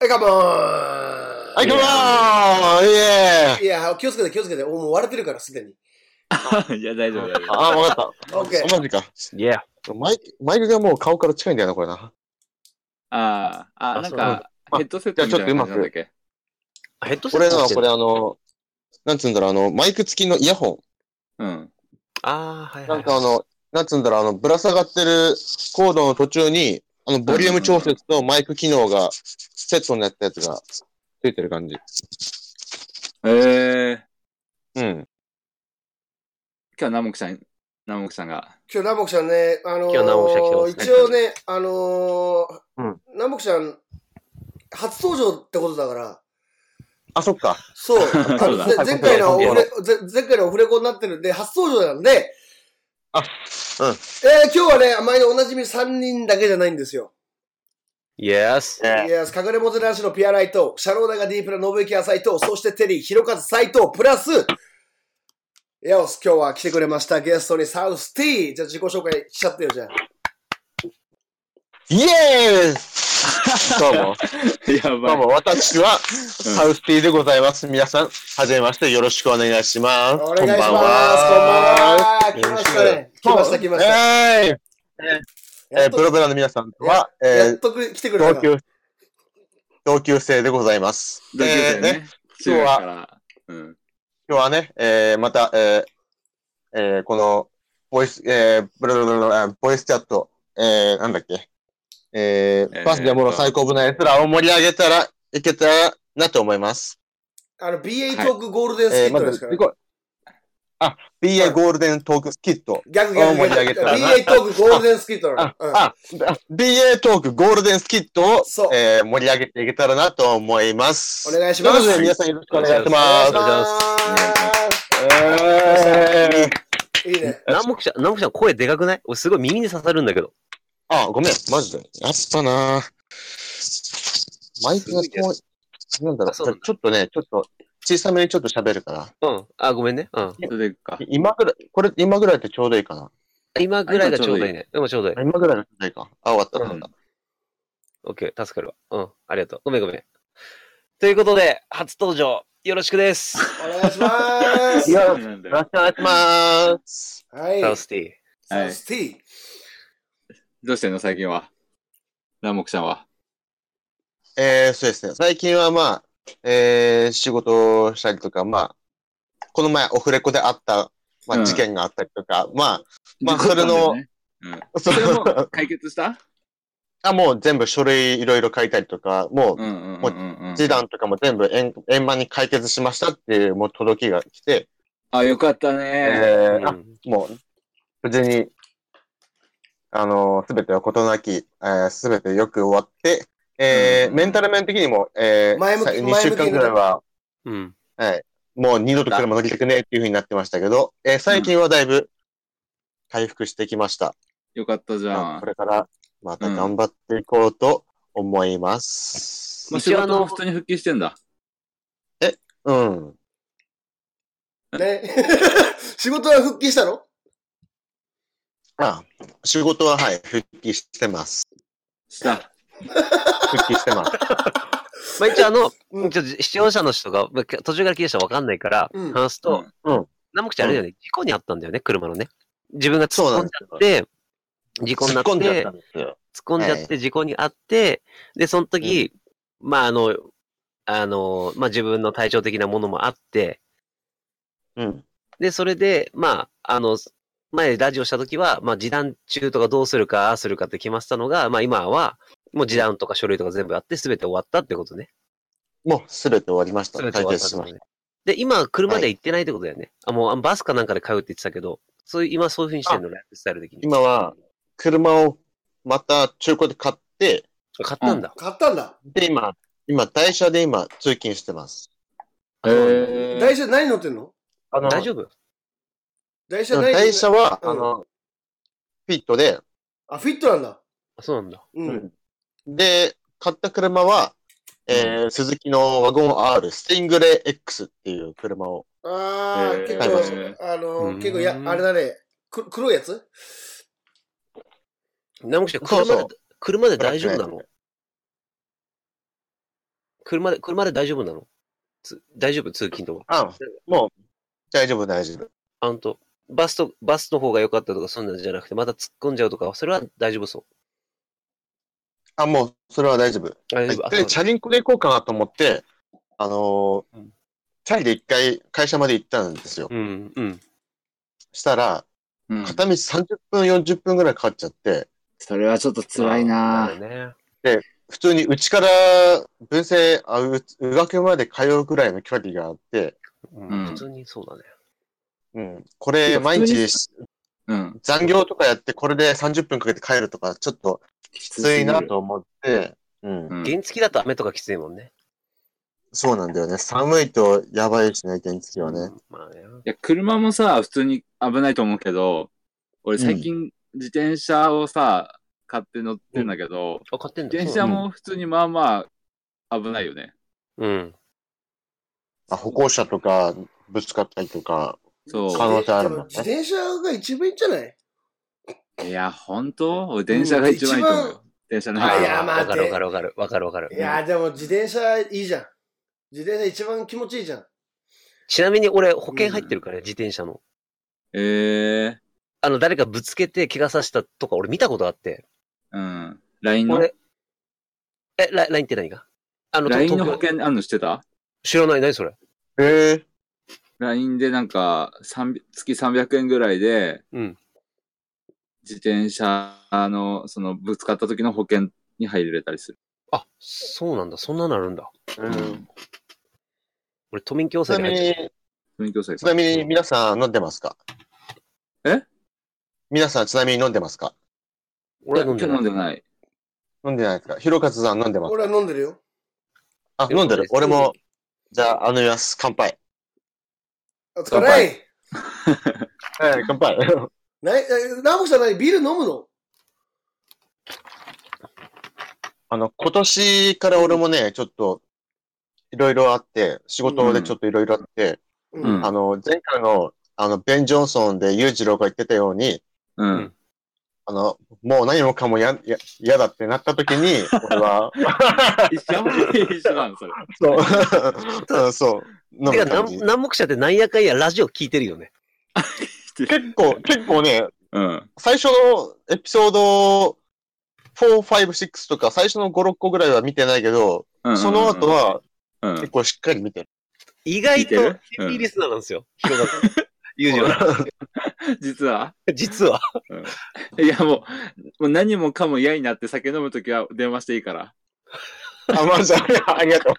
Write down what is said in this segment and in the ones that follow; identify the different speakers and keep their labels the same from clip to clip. Speaker 1: はい、カモー
Speaker 2: はい、どうもーイエーイ
Speaker 1: いや、気をつけて、気をつけて。おもう割れてるから、すでに。
Speaker 3: いや、大丈夫だよ。
Speaker 2: あー、わかっ
Speaker 1: オッケ
Speaker 2: た。
Speaker 1: ー。
Speaker 2: マジか。
Speaker 4: いや、
Speaker 2: マイク、マイクがもう顔から近いんだよな、これな。
Speaker 3: ああ、あ、
Speaker 4: あ
Speaker 3: なん
Speaker 4: そう
Speaker 3: か、ヘッドセットみたいな感じなんだっけ
Speaker 4: ヘッドセ
Speaker 2: 俺
Speaker 4: ット
Speaker 2: のは
Speaker 4: して
Speaker 2: こ
Speaker 4: ん
Speaker 2: れ
Speaker 4: の
Speaker 2: あの、なんつうんだろう、あの、マイク付きのイヤホ
Speaker 3: うん。
Speaker 4: ああ、はい
Speaker 2: ン。
Speaker 4: は
Speaker 2: ないん。かあの、なんつうんだろう、あの、ぶら下がってるコードの途中に、あの、ボリューム調節とマイク機能がセットになったやつがついてる感じ。
Speaker 3: ええ。
Speaker 2: うん。
Speaker 3: 今日は南木さん、南木さんが。
Speaker 1: 今日、南北さんね、あのー
Speaker 4: 今日南北さん来てますね
Speaker 1: 一応ね、あのー
Speaker 2: うん
Speaker 1: 南北さん、初登場ってことだから、
Speaker 2: あ、そっか。
Speaker 1: そう、あ
Speaker 3: そう
Speaker 1: のぜ
Speaker 3: だ
Speaker 1: 前回のオフレ
Speaker 2: 初、
Speaker 1: ぜ前回のオフレコになってるんで、初登場なんで、
Speaker 2: あう
Speaker 1: え
Speaker 2: ん
Speaker 1: ー今日はね、毎度おなじみ3人だけじゃないんですよ。
Speaker 4: イエス。
Speaker 1: いや、隠れモテ男子のピアライト、シャローダがディープな信行浅井と、そしてテリー、広和斎藤、プラス、エオス、今日は来てくれました。ゲストにサウスティー。じゃあ自己紹介しちゃってよ、じゃあ。
Speaker 2: イエー イどうも、
Speaker 3: や
Speaker 2: ど
Speaker 3: ば
Speaker 2: う
Speaker 3: い。
Speaker 2: も、私は、サウスティーでございます。皆さん、はじめまして、よろしくお願いします。
Speaker 1: お願いします。こんばんは。来ましたね。来ました、来ました。
Speaker 2: えー、
Speaker 1: やっ
Speaker 2: えー、
Speaker 1: と
Speaker 2: プロペラの皆さんとは、
Speaker 1: や
Speaker 2: え
Speaker 1: っとく来てく
Speaker 2: ー、
Speaker 1: れた
Speaker 2: 同
Speaker 1: か。
Speaker 2: 級、同級生でございます。
Speaker 3: 同級生
Speaker 2: えーね、
Speaker 3: ね。中学から。うん。
Speaker 2: 今日はね、えー、また、えー、えー、この、ボイス、えー、ブルブルブルブルあボイスチャット、えー、なんだっけ、え
Speaker 3: えー
Speaker 2: ー、パスでもの最高部のやつらを盛り上げたら、いけたらなと思います。
Speaker 1: あの、BA トークゴールデンスキ
Speaker 2: えー、
Speaker 1: ッ
Speaker 2: ま
Speaker 1: トで
Speaker 2: ず
Speaker 1: すか、ら。
Speaker 2: 自己あ、BA ゴールデントークスキット。
Speaker 1: 逆逆
Speaker 2: 盛り上
Speaker 1: 逆。
Speaker 2: げたらな
Speaker 1: BA トークゴールデンスキットな
Speaker 2: あ、
Speaker 1: の。うん
Speaker 2: あ、BA トークゴールデンスキットを
Speaker 1: そう、
Speaker 2: えー、盛り上げていけたらなと思います。
Speaker 1: お願いします
Speaker 2: ということで皆さんよろしくお願いし
Speaker 1: お願いし
Speaker 2: ま。
Speaker 1: ます
Speaker 2: えー、
Speaker 1: す。いいね。
Speaker 4: 南北ちゃん、南北ちゃん声でかくない俺すごい耳に刺さるんだけど。
Speaker 2: あ、ごめん、マジで。やっぱなマイクがこう、なんだろ
Speaker 4: あ
Speaker 2: う、
Speaker 4: そ
Speaker 2: ち
Speaker 4: う
Speaker 2: ょ
Speaker 4: なんだ
Speaker 2: っとね、ちょっと、小さめにちょっと喋るから。
Speaker 4: うん。あ、ごめんね。うん。
Speaker 3: それでか。
Speaker 2: 今ぐらい、これ今ぐらいってちょうどいいかな。
Speaker 4: 今ぐらいがちょうどいいね。でもちょうどいい。
Speaker 2: 今ぐらいがちょうどいいか。あ、終わった、
Speaker 4: うん
Speaker 2: 終わっ
Speaker 4: オッケー、助かるわ。うん。ありがとう。ごめんごめん。ということで、初登場、よろしくです。
Speaker 1: お願いしま
Speaker 2: た。
Speaker 1: す
Speaker 2: い。や、
Speaker 3: そ
Speaker 2: よ
Speaker 3: うなんだ
Speaker 2: ろし
Speaker 3: よ
Speaker 2: くお願いします。
Speaker 1: はい。
Speaker 4: サウステ
Speaker 1: サウスティー。
Speaker 3: どうしてんの最近は。南木さんは。
Speaker 2: えー、そうですね。最近はまあ、えー、仕事をしたりとか、まあ、この前オフレコであった、ま
Speaker 3: うん
Speaker 2: あ、事件があったりとか、ままあそれの
Speaker 3: そうなんだよね。
Speaker 2: あ、
Speaker 3: それはも
Speaker 2: そう
Speaker 3: う解決した
Speaker 2: あ、もう全部書類いろいろ書いたりとか、も
Speaker 3: うんうんうん
Speaker 2: も
Speaker 3: うんうん
Speaker 2: う。示談とかも全部円円満に解決しましたっていう、もう届きが来て、
Speaker 3: あ、よかった
Speaker 2: えー
Speaker 3: ね。
Speaker 4: ィー。う
Speaker 2: あ
Speaker 4: ん
Speaker 2: もう、無事に、あのすべては事なき、す、えー、べ、てよく終わって、えー
Speaker 3: うん
Speaker 2: メンタル面的にも、えー、
Speaker 1: 前向き
Speaker 2: 2週間ぐらいは、
Speaker 4: うん。
Speaker 2: はい。もう二度と車乗りたくねえっていう風になってましたけど、えー最近はだいぶ回復してきました。
Speaker 3: よかったじゃん
Speaker 2: こ。れからまた頑張っていこうと思います。
Speaker 3: まあ、仕
Speaker 4: 一応あの
Speaker 3: 事も普通に復帰してんだ。
Speaker 2: うん。
Speaker 1: ね。 仕事は復帰したの
Speaker 2: あ、仕事ははい、復帰してます。
Speaker 3: した。
Speaker 2: 復帰して ます。
Speaker 4: まあ一応あの、
Speaker 1: うん
Speaker 4: ちょっと視聴者の人が、まあ途中から聞いた人はわかんないから、
Speaker 1: うん
Speaker 4: 話すと、
Speaker 2: うんうん
Speaker 4: 南北ちゃんあれだよね、事故にあったんだよね、車のね。自分が突っ込んじゃ
Speaker 2: そうなん
Speaker 4: って、事故になって、
Speaker 2: 突っ込んじゃ
Speaker 4: 突
Speaker 2: ったんですよ。
Speaker 4: っ込んじゃって、事故にあって、で、その時、まああの、あの、まあ自分の体調的なものもあって、
Speaker 2: うん。
Speaker 4: で、それで、まあ、あの、前ラジオした時は、まあ、示談中とかどうするか、ああするかって決まってたのが、まあ、今は、もう示談とか書類とか全部やって、すべて終わったってことね。
Speaker 2: もうすべて終わりました。
Speaker 4: すべ
Speaker 2: 解
Speaker 4: て終わった
Speaker 2: 決
Speaker 4: っ
Speaker 2: し
Speaker 4: てこ
Speaker 2: ま
Speaker 4: と
Speaker 2: し
Speaker 4: ね。で、今、車で行ってないってことだよね。あ、もう、あバスかなんかで通うって言ってたけど、そういう、今そういうふうにしてるの、ライフスタイル的
Speaker 2: た。
Speaker 4: に。
Speaker 2: 今は、車をまた中古で買って、
Speaker 4: 買ったんだ。
Speaker 1: 買ったんだ。
Speaker 2: で、今、今、台車で今、通勤してます。
Speaker 3: へー
Speaker 1: 台車何乗ってんの
Speaker 2: あの
Speaker 4: 大丈夫
Speaker 1: 台車何
Speaker 2: 台車は、
Speaker 1: うん
Speaker 2: あの、フィットで、
Speaker 1: あ、フィットなんだ。
Speaker 4: あそうなんだ。
Speaker 1: うん。
Speaker 2: で、買った車は、えー、鈴木のワゴン R、スティングレー X っていう車を、
Speaker 1: ああ、
Speaker 3: えー
Speaker 1: 結
Speaker 2: 買いまし
Speaker 1: 構、あの
Speaker 4: う
Speaker 1: ー、
Speaker 4: ん
Speaker 1: 結構や、あれだね。く黒いやつ
Speaker 4: 南口さん、
Speaker 2: そう
Speaker 4: 車
Speaker 2: そ
Speaker 4: で
Speaker 2: う、
Speaker 4: 車で大丈夫なの車で、車で大丈夫なのつ大丈夫通勤とか。
Speaker 2: あ、もう、大丈夫、大丈夫。
Speaker 4: あんと、バスと、バスの方が良かったとか、そんなんじゃなくて、また突っ込んじゃうとか、それは大丈夫そ
Speaker 2: あ、もう、それは大丈夫。
Speaker 4: う。大丈夫。あ
Speaker 2: で、チャリンコで行こうかなと思って、あのー
Speaker 4: うん
Speaker 2: チャリで一回会社まで行ったんですよ。
Speaker 4: うん、うん。
Speaker 2: したら、
Speaker 3: うん。
Speaker 2: 片道30分、40分ぐらいかかっちゃって、
Speaker 3: それはちょっと辛い
Speaker 4: あ
Speaker 3: な
Speaker 4: ーるね。
Speaker 2: 普通にうちから文政、あ、う、うがくまで通うぐらいの距離があって、
Speaker 4: うん
Speaker 3: うん
Speaker 4: 普通にそうだね。
Speaker 2: うん。これ、毎
Speaker 3: いや
Speaker 2: 日
Speaker 3: 普うん。
Speaker 2: 残業とかやって、これで30分かけて帰るとか、ちょっと
Speaker 3: き
Speaker 2: きついなと思って、うん。
Speaker 3: うん。
Speaker 4: 原付だと雨とかきついもんね。
Speaker 2: そうなんだよね。寒いとやばいしね、原付はね。
Speaker 4: ん。まあね。
Speaker 3: いや、車もさ、普通に危ないと思うけど、俺最近自転車をさ、買って乗ってんだけど、
Speaker 4: あ、買ってんだ。
Speaker 3: 自転
Speaker 4: そう
Speaker 3: 車も普通にまあまあ危ないよね。
Speaker 4: なのうん。
Speaker 2: あ歩行者とか、ぶつかったりとか。
Speaker 3: そ。
Speaker 2: 可能性あるもんね
Speaker 1: 自転車が一番いいんじゃないう
Speaker 3: いや、本当俺電車が一番いいと思う
Speaker 1: うん一
Speaker 3: よ。電車
Speaker 1: あ
Speaker 3: ないい
Speaker 1: やまあ
Speaker 4: わかるわかるわかるわかるわかる。
Speaker 1: いやーでも自転車いいじゃん。自転車一番気持ちいいじゃん。
Speaker 4: ちなみに俺、保険入ってるからね、自転車の。
Speaker 3: ええ
Speaker 4: あの、誰かぶつけて怪我させたとか、俺見たことあって。
Speaker 3: うん。LINE の
Speaker 4: 俺、え、ラ LINE って何があの、
Speaker 3: ?LINE の保
Speaker 4: 東京
Speaker 3: 険あるの知ってた
Speaker 4: 知らない、何それ。
Speaker 2: へえ。
Speaker 3: ?LINE でなんか、3月300円ぐらいで、
Speaker 4: うん。
Speaker 3: 自転車の、その、ぶつかった時の保険に入れたりする。
Speaker 4: あ、そうなんだ、そんなのあるんだ。
Speaker 2: うん。
Speaker 4: 俺、都民共
Speaker 2: ちな
Speaker 4: 済に
Speaker 2: み
Speaker 4: 入って
Speaker 2: に
Speaker 4: る。、
Speaker 3: 免許制
Speaker 2: ちなみに皆さん飲んでますか
Speaker 3: え
Speaker 2: 皆さんちなみに飲んでますか
Speaker 4: 俺は飲んで
Speaker 3: 今日飲んで
Speaker 4: な
Speaker 3: な
Speaker 4: い。
Speaker 3: い。
Speaker 2: 飲んでないですかひろかつさん飲んでます
Speaker 1: 俺は飲んでるよ。
Speaker 2: あ、飲んでる。俺も、じゃあ、あのやす。乾杯。
Speaker 1: お疲
Speaker 3: 乾杯
Speaker 1: れ。
Speaker 2: はい、乾杯。
Speaker 1: ない、えナオキさん何ビール飲むの
Speaker 2: あの、今年から俺もね、ちょっと、いろいろあって、仕事でちょっといろいろあって、
Speaker 1: う
Speaker 3: うん
Speaker 2: あの、前回の、あの、ベン・ジョンソンで裕次郎が言ってたように、
Speaker 3: うん。
Speaker 2: あの、もう何もかもや、や、嫌だってなった時 に、俺は、
Speaker 3: 一緒一緒なの、それ。
Speaker 2: そう、うん、 そう、飲
Speaker 4: てか、
Speaker 2: む
Speaker 4: な
Speaker 2: 感
Speaker 4: ん
Speaker 2: じ。
Speaker 4: 南北社ってなんやかんやラジオ聞いてるよね。
Speaker 2: 結構、結構ね、
Speaker 3: うん。
Speaker 2: 最初のエピソード4、5、6とか、最初の5、6個ぐらいは見てないけど、
Speaker 3: うん
Speaker 2: その後、は
Speaker 3: うん
Speaker 2: 結構しっかり見てる。
Speaker 4: 意外と、
Speaker 3: 聞い
Speaker 4: ヘ
Speaker 3: てるうん
Speaker 4: ビーリスナーなんですよ。広がった。友情が。
Speaker 3: 実は。
Speaker 4: 実は。
Speaker 3: いや、もう、もう何もかも嫌になって酒飲むときは電話していいから。
Speaker 2: あ、まず、ありがと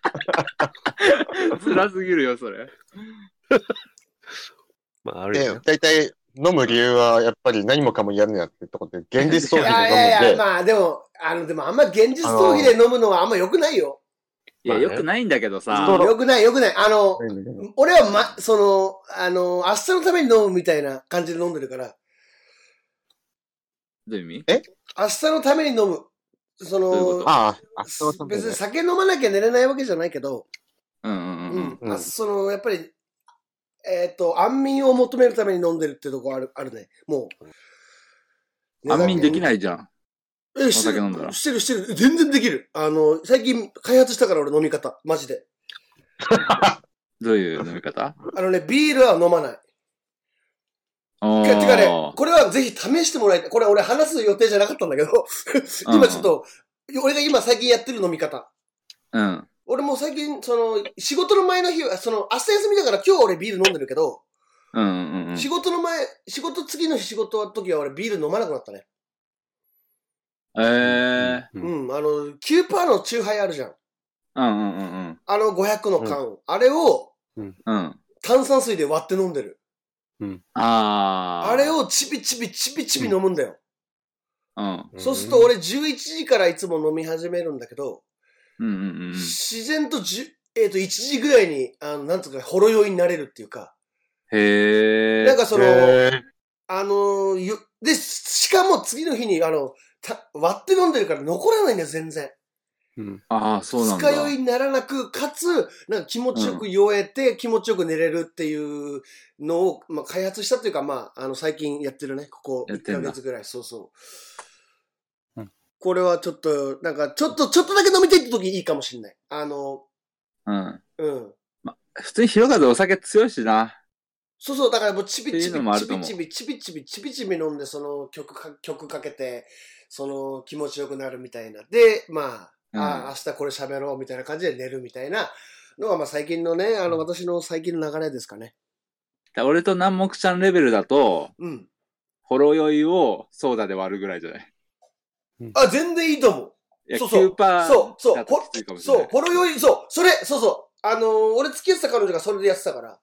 Speaker 2: う。
Speaker 3: 辛すぎるよ、それ。
Speaker 4: まあ、あれ
Speaker 2: で
Speaker 4: よね。、
Speaker 2: 大体飲む理由はやっぱり何もかもやるのやってとこって、現実
Speaker 1: い
Speaker 2: 逃避
Speaker 1: やい
Speaker 2: で飲
Speaker 1: やいや、
Speaker 2: むんで、
Speaker 1: まあでも、あの、でもあんま現実逃避で飲むのはあんま良くないよ。
Speaker 3: いや、
Speaker 4: まあね
Speaker 3: よくないんだけど
Speaker 2: スト
Speaker 3: さ
Speaker 2: ロ。
Speaker 1: 良くない良くない。あの、
Speaker 2: ないんだけど
Speaker 1: 俺はま、その、あの、明日のために飲むみたいな感じで飲んでるから、
Speaker 3: どういう意味
Speaker 1: 明日のために飲む。そ
Speaker 3: どういう
Speaker 1: の
Speaker 3: こ、
Speaker 2: ああ、あ、そうそう、
Speaker 1: 別に酒飲まなきゃ寝れないわけじゃないけど、
Speaker 3: うんう
Speaker 1: う
Speaker 3: んうんん。
Speaker 2: うん
Speaker 1: あそのやっぱり、えっ、と、安眠を求めるために飲んでるってとこあるあるね、もう。
Speaker 3: 安眠でき
Speaker 1: い
Speaker 3: ないじゃん。
Speaker 1: お
Speaker 3: お酒飲んだら
Speaker 1: してるしてる、全然できる。あの、最近開発したから俺飲み方、マジで。
Speaker 3: どういう飲み 方
Speaker 1: あのね、ビールは飲まない。
Speaker 3: お
Speaker 1: てかね
Speaker 3: ー、。
Speaker 1: これはぜひ試してもらいたい。これ俺話す予定じゃなかったんだけど、今ちょっと、俺が今最近やってる飲み方。
Speaker 3: うん。
Speaker 1: 俺も最近、その、仕事の前の日は、その、明日休みだから今日は俺ビール飲んでるけど、
Speaker 3: うんうんうん。
Speaker 1: 仕事の前、仕事次の日仕事の時は俺ビール飲まなくなったね。
Speaker 3: えー。
Speaker 4: うん
Speaker 1: うん、あの、9%のチューハイあるじゃん。
Speaker 3: うんうんうんうん。
Speaker 1: あの500の缶。あれを
Speaker 3: うん。
Speaker 1: 炭酸水で割って飲んでる。
Speaker 3: あー。
Speaker 1: あれをチビチビチビチビ飲むんだよ。
Speaker 3: うん。
Speaker 1: そうすると、俺11時からいつも飲み始めるんだけど、
Speaker 3: うんうんうん。
Speaker 1: 自然とじゅ、えっ、と、1時ぐらいに、あの、なんつうか、ほろ酔いになれるっていうか、
Speaker 3: へー。
Speaker 1: なんかその、
Speaker 2: へー
Speaker 1: あのよ、で、しかも次の日に、あの、た割って飲んでるから残らないんだよ、全然。
Speaker 4: うん。
Speaker 3: ああ、そうな
Speaker 1: 二
Speaker 3: んだ。
Speaker 1: 日酔いにならなく、かつ、なんか気持ちよく酔えて、気持ちよく寝れるっていうのを、まあ、開発したというか、まあ、あの、最近やってるね、ここ
Speaker 3: やっ
Speaker 1: 1
Speaker 3: て
Speaker 1: ヶ
Speaker 3: んだ
Speaker 1: 月ぐらい、そうそう。
Speaker 4: うん
Speaker 1: これはちょっと、なんか、ちょっと、ちょっとだけ飲みたいって時いいかもしんない。あの、
Speaker 3: うん。
Speaker 1: うん。
Speaker 3: 普通に広和お酒強いしな。
Speaker 1: そうそう、だからもうちびち
Speaker 3: って
Speaker 1: び
Speaker 3: いうのもあ
Speaker 1: ち
Speaker 3: ると
Speaker 1: び
Speaker 3: 思う
Speaker 1: ちびちびちびちびちび飲んで、その曲か、曲かけて、その気持ちよくなるみたいな。で、まあ、
Speaker 3: うん
Speaker 1: ああ明日これ喋ろうみたいな感じで寝るみたいなのが、まあ最近のね、あの私の最近の流れですかね。
Speaker 3: だ俺と南木ちゃんレベルだと、
Speaker 1: うん。
Speaker 3: ほろ酔いをソーダで割るぐらいじゃない
Speaker 1: あ、全然いいと思う。
Speaker 3: いや、
Speaker 1: そうそう
Speaker 3: 9%だ
Speaker 1: そう、
Speaker 3: と
Speaker 1: そう、ほ
Speaker 3: きついかもし
Speaker 1: そ
Speaker 3: れな
Speaker 1: う
Speaker 3: い、。
Speaker 1: ほろ酔い、そう、それ、そうそう。あのー俺付き合ってた彼女がそれでやってたから。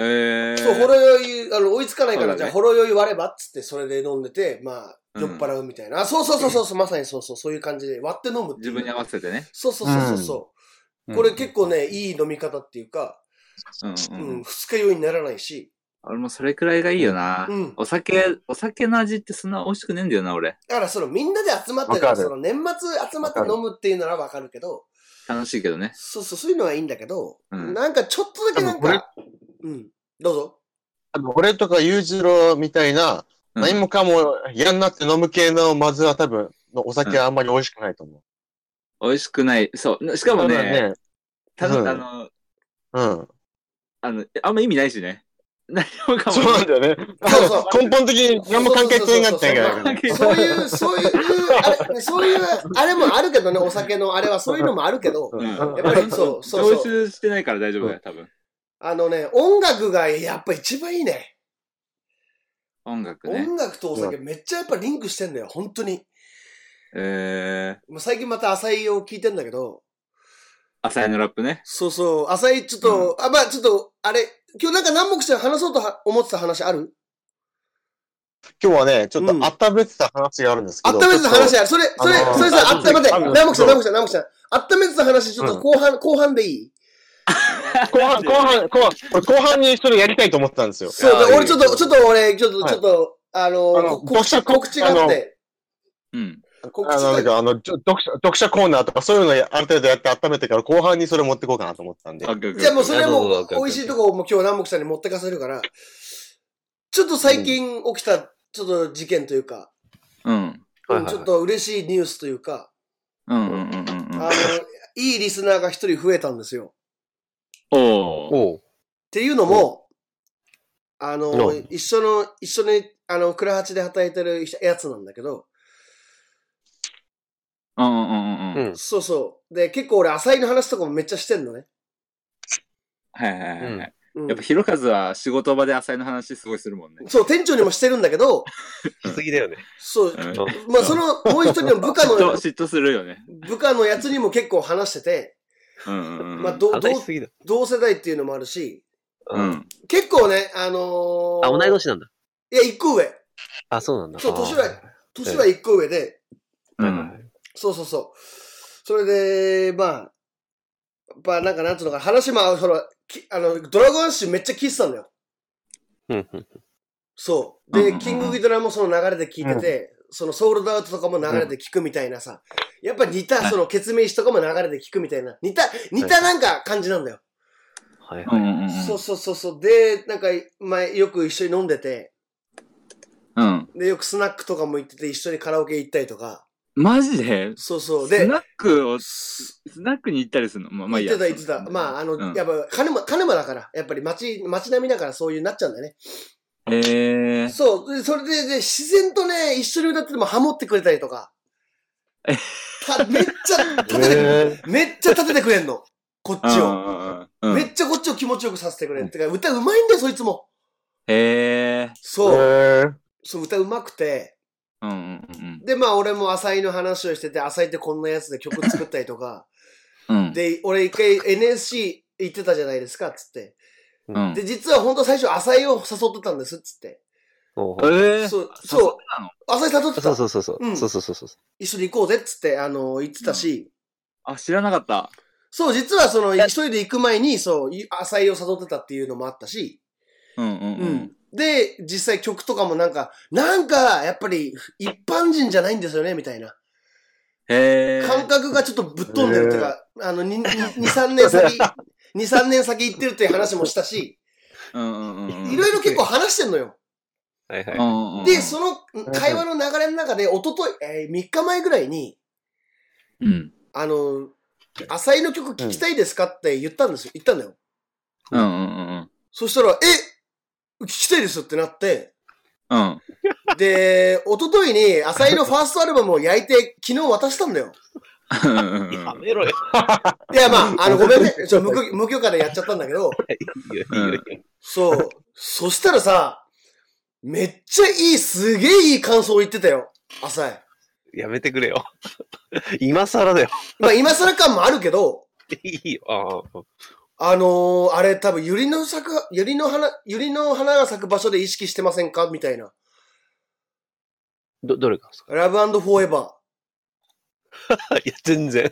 Speaker 3: えー、
Speaker 1: そう、ほろ酔い、あの、追いつかないから、
Speaker 3: そう
Speaker 1: じ
Speaker 3: だ
Speaker 1: ゃ
Speaker 3: ね
Speaker 1: あ、ほろ酔い割ればっつって、それで飲んでて、まあ、
Speaker 3: うん
Speaker 1: 酔っ払うみたいな。あ、そうそうそうそうそう、まさにそうそう、そういう感じで、割って飲むっていう
Speaker 3: 自分に合わせてね。
Speaker 1: そうそうそうそうそう。これ結構ね、いい飲み方っていうか、
Speaker 3: うん
Speaker 1: う
Speaker 3: うん。
Speaker 1: ん、二日酔いにならないし、
Speaker 3: 俺もそれくらいがいいよな。
Speaker 1: うん。
Speaker 3: お酒、お酒の味ってそんな美味しくねえんだよな、俺。
Speaker 1: だから、その、みんなで集まって
Speaker 2: わかる
Speaker 1: その、年末集まって飲むっていうならわかるけど、
Speaker 3: 楽しいけどね。
Speaker 1: そうそう、そういうのはいいんだけど、
Speaker 3: うん
Speaker 1: なんか、ちょっとだけなんか、うん、どうぞ。
Speaker 2: 俺とか裕次郎みたいな、
Speaker 3: うん
Speaker 2: 何もかも嫌になって飲む系のまずは多分、お酒はあんまり美味しくないと思う。
Speaker 3: 美味しくない。そう。しかも
Speaker 2: だ
Speaker 3: ね、
Speaker 2: ね
Speaker 3: ただ、
Speaker 2: うん
Speaker 3: あの、
Speaker 2: うん。
Speaker 3: あの、あんま意味ないしね。何もかも。
Speaker 2: そうなんだよね。
Speaker 1: そうそう
Speaker 2: 根本的に何も関係性があったんやから。
Speaker 1: そういう、そういう、あれそういう、あれもあるけどね、お酒のあれは、そういうのもあるけど、
Speaker 3: ん
Speaker 1: やっぱりそう、そう
Speaker 3: 消
Speaker 1: そう。
Speaker 3: 臭してないから大丈夫だよ、多分。
Speaker 1: あのね、音楽がやっぱ一番いいね。
Speaker 3: 音楽ね。
Speaker 1: 音楽とお酒めっちゃやっぱリンクしてんだよ、本当に。
Speaker 3: えー、
Speaker 1: もう最近また浅井を聞いてんだけど、
Speaker 3: 朝日のラッ プね。
Speaker 1: そうそう、浅井ちょっと、あ、まあちょっと、あれ、今日なんか南北ちゃん話そうとは思ってた話ある
Speaker 2: 今日はね、ちょっと
Speaker 1: うん
Speaker 2: 温めてた話があるんですけ
Speaker 1: 温
Speaker 2: ど。
Speaker 1: めてた話
Speaker 2: ちょっ
Speaker 1: あるそれ、それ、
Speaker 2: あのー
Speaker 1: それさ、
Speaker 2: あ
Speaker 1: あった、待って、
Speaker 2: あの
Speaker 1: 南北ちゃん、南北ちゃん、南北ちゃん。温めてた話、ちょっと後半、後半でいい
Speaker 2: と後半、後半、後半、これ後半にそれやりたいと思ってたんですよ。
Speaker 1: そう、
Speaker 3: い
Speaker 1: で
Speaker 3: や
Speaker 1: 俺ちょっと、ちょっと俺、ちょっと、
Speaker 2: はい
Speaker 1: ちょっと、あの
Speaker 2: あの
Speaker 1: こ告
Speaker 2: 読
Speaker 1: 知、
Speaker 2: 者
Speaker 1: 告知があって、
Speaker 3: うん。
Speaker 1: 告
Speaker 2: あの、な
Speaker 1: 知
Speaker 2: ん
Speaker 1: が、
Speaker 2: かあの、ちょ読者、読者コーナーとかそういうのやある程度やって温めてから後半にそれ持ってこうかなと思ったんで。
Speaker 3: オッケーオッケー
Speaker 1: じゃあもうそれはも
Speaker 4: なる
Speaker 1: う
Speaker 4: ほ、ど
Speaker 1: 美味しいとこをもう今日南北さんに持ってかせるから、ちょっと最近起きた、ちょっと事件というか、
Speaker 3: うん。
Speaker 4: はいはいはい
Speaker 1: ちょっと嬉しいニュースというか、
Speaker 3: うんうんうんうんうん
Speaker 1: あの、いいリスナーが一人増えたんですよ。っ
Speaker 3: おー
Speaker 4: おう。
Speaker 1: ていうのも、あの
Speaker 2: う、ん
Speaker 1: 一緒の、一緒に、あの、倉八で働いてるやつなんだけど、
Speaker 3: うんうんうんう。
Speaker 4: うんん。
Speaker 1: そうそう。で、結構俺、浅井の話とかもめっちゃしてんのね。
Speaker 3: はいはいはいはい。
Speaker 1: うん
Speaker 3: やっぱ、ひろかずは仕事場で浅井の話すごいするもんね。
Speaker 1: そう、店長にもしてるんだけど、
Speaker 4: しすぎだよね。
Speaker 1: そう
Speaker 3: う、ん嫉
Speaker 1: まあ、その、もう一人の部下
Speaker 3: 妬
Speaker 1: の、
Speaker 3: 嫉妬するよね。
Speaker 1: 部下のやつにも結構話してて、
Speaker 3: うんうんうん。
Speaker 1: まあ、ど
Speaker 4: 話し
Speaker 1: 同
Speaker 4: すぎだ。
Speaker 1: 同世代っていうのもあるし、
Speaker 3: う
Speaker 4: うん。
Speaker 3: ん。
Speaker 1: 結構ね、あのー
Speaker 4: あ、同い年なんだ。
Speaker 1: いや、一個上。
Speaker 4: あ、そうなんだ。
Speaker 1: そう、
Speaker 4: あー
Speaker 1: 年は、年は一個上で、
Speaker 3: うん。
Speaker 1: そうそうそう。それで、まあ、やっぱなんかなんつうのかな、話も、その、きあの、ドラゴン誌めっちゃ聞いてたんだよ。
Speaker 4: うんうん。
Speaker 1: そう。
Speaker 3: うんうん
Speaker 1: で、
Speaker 3: うん
Speaker 1: キングギドラもその流れで聞いてて、そのソールドアウトとかも流れで聞くみたいなさ、やっぱ似た、その、ケツメイシとかも流れで聞くみたいな、似た、似たなんか感じなんだよ。
Speaker 4: はい
Speaker 3: うんう
Speaker 4: はい。
Speaker 3: んうん。
Speaker 1: そうそうそうそう。で、なんか、前、よく一緒に飲んでて、
Speaker 3: うん。
Speaker 1: で、よくスナックとかも行ってて、一緒にカラオケ行ったりとか。
Speaker 3: マジで
Speaker 1: そうそう。
Speaker 3: ス
Speaker 1: で、
Speaker 3: ナックを、
Speaker 1: す
Speaker 3: スナックに行ったりするのまあまあいい
Speaker 1: 行
Speaker 3: や。
Speaker 1: ってた行ってた。まあ、あの、
Speaker 3: うん
Speaker 1: やっぱ、金間、金間だから、やっぱり街、街並みだからそういうなっちゃうんだよね。
Speaker 3: えー。
Speaker 1: そう。でそれで、で、自然とね、一緒に歌っててもハモってくれたりとか。ためっちゃ立てて、
Speaker 2: え
Speaker 1: めっちゃ立ててくれんの。こっちを。
Speaker 3: うんうんうんう
Speaker 1: め
Speaker 3: ん。
Speaker 1: っちゃこっちを気持ちよくさせてくれん。てか、歌うまいんだよ、そいつも。
Speaker 3: え
Speaker 2: ー、
Speaker 3: ー。
Speaker 1: そう。
Speaker 2: えー、
Speaker 1: そう、歌うまくて。
Speaker 3: うんうんうん
Speaker 1: で、まあ、俺も浅井の話をしてて、浅井ってこんなやつで曲作ったりとか。
Speaker 3: うん。うん、
Speaker 1: で、俺一回 NSC 行ってたじゃないですか、つって。
Speaker 3: うん。
Speaker 1: で、実は本当は最初、浅井を誘ってたんです、つって。
Speaker 4: おう
Speaker 3: えー、
Speaker 1: そう、そう、
Speaker 3: うなの
Speaker 1: 浅井誘って
Speaker 4: そう
Speaker 1: た
Speaker 4: そ。うそうそう
Speaker 1: うん。
Speaker 4: そうそうそうそう。
Speaker 1: 一緒に行こうぜ、つって、あの、言ってたし。
Speaker 3: あ、知らなかった。
Speaker 1: そう、実はその、
Speaker 4: や
Speaker 1: 一人で行く前に、そう、い浅井を誘ってたっていうのもあったし。
Speaker 3: うんうん
Speaker 1: う
Speaker 3: うんん。。
Speaker 1: で、実際曲とかもなんか、なんか、やっぱり、一般人じゃないんですよね、みたいな。
Speaker 3: へえ。
Speaker 1: 感覚がちょっとぶっ飛んでるっていうか、あの、2、3年 先、2、3年先行ってるっていう話もしたし、
Speaker 3: うんうんうんうん。
Speaker 1: いろいろ結構話してんのよ。
Speaker 4: はいはい。
Speaker 3: ろ
Speaker 1: で、そ
Speaker 3: の、
Speaker 1: の会話の流れの中で、一昨日えー、3日前ぐらいに、
Speaker 3: うん。
Speaker 1: あの、浅井の曲聴きたいですかって言ったんですよ。言ったんだよ。
Speaker 3: うんうんうん
Speaker 1: そしたら、え聞きたいですよってなって、
Speaker 3: うん。うん。
Speaker 1: で、一昨日に浅井のファーストアルバムを焼いて、 昨日渡したんだよ。
Speaker 3: うんうん
Speaker 4: やめろよ。
Speaker 1: いや、まあ、あの、ごめんね。 ちょ無許無許可でやっちゃったんだけど、
Speaker 4: いいよ、いいよいいよ。
Speaker 1: そう。そしたらさ、めっちゃいい、すげえいい感想を言ってたよ。浅井。
Speaker 4: やめてくれよ。 今更だよ。
Speaker 1: まあ、今更感もあるけど、
Speaker 4: いいよ。ああ
Speaker 1: あのー、あれ多分、ゆりの咲く、ゆりの花、ゆりの花が咲く場所で意識してませんかみたいな。
Speaker 4: ど、どれかですか
Speaker 1: ラブフォーエバ
Speaker 4: いや、全然。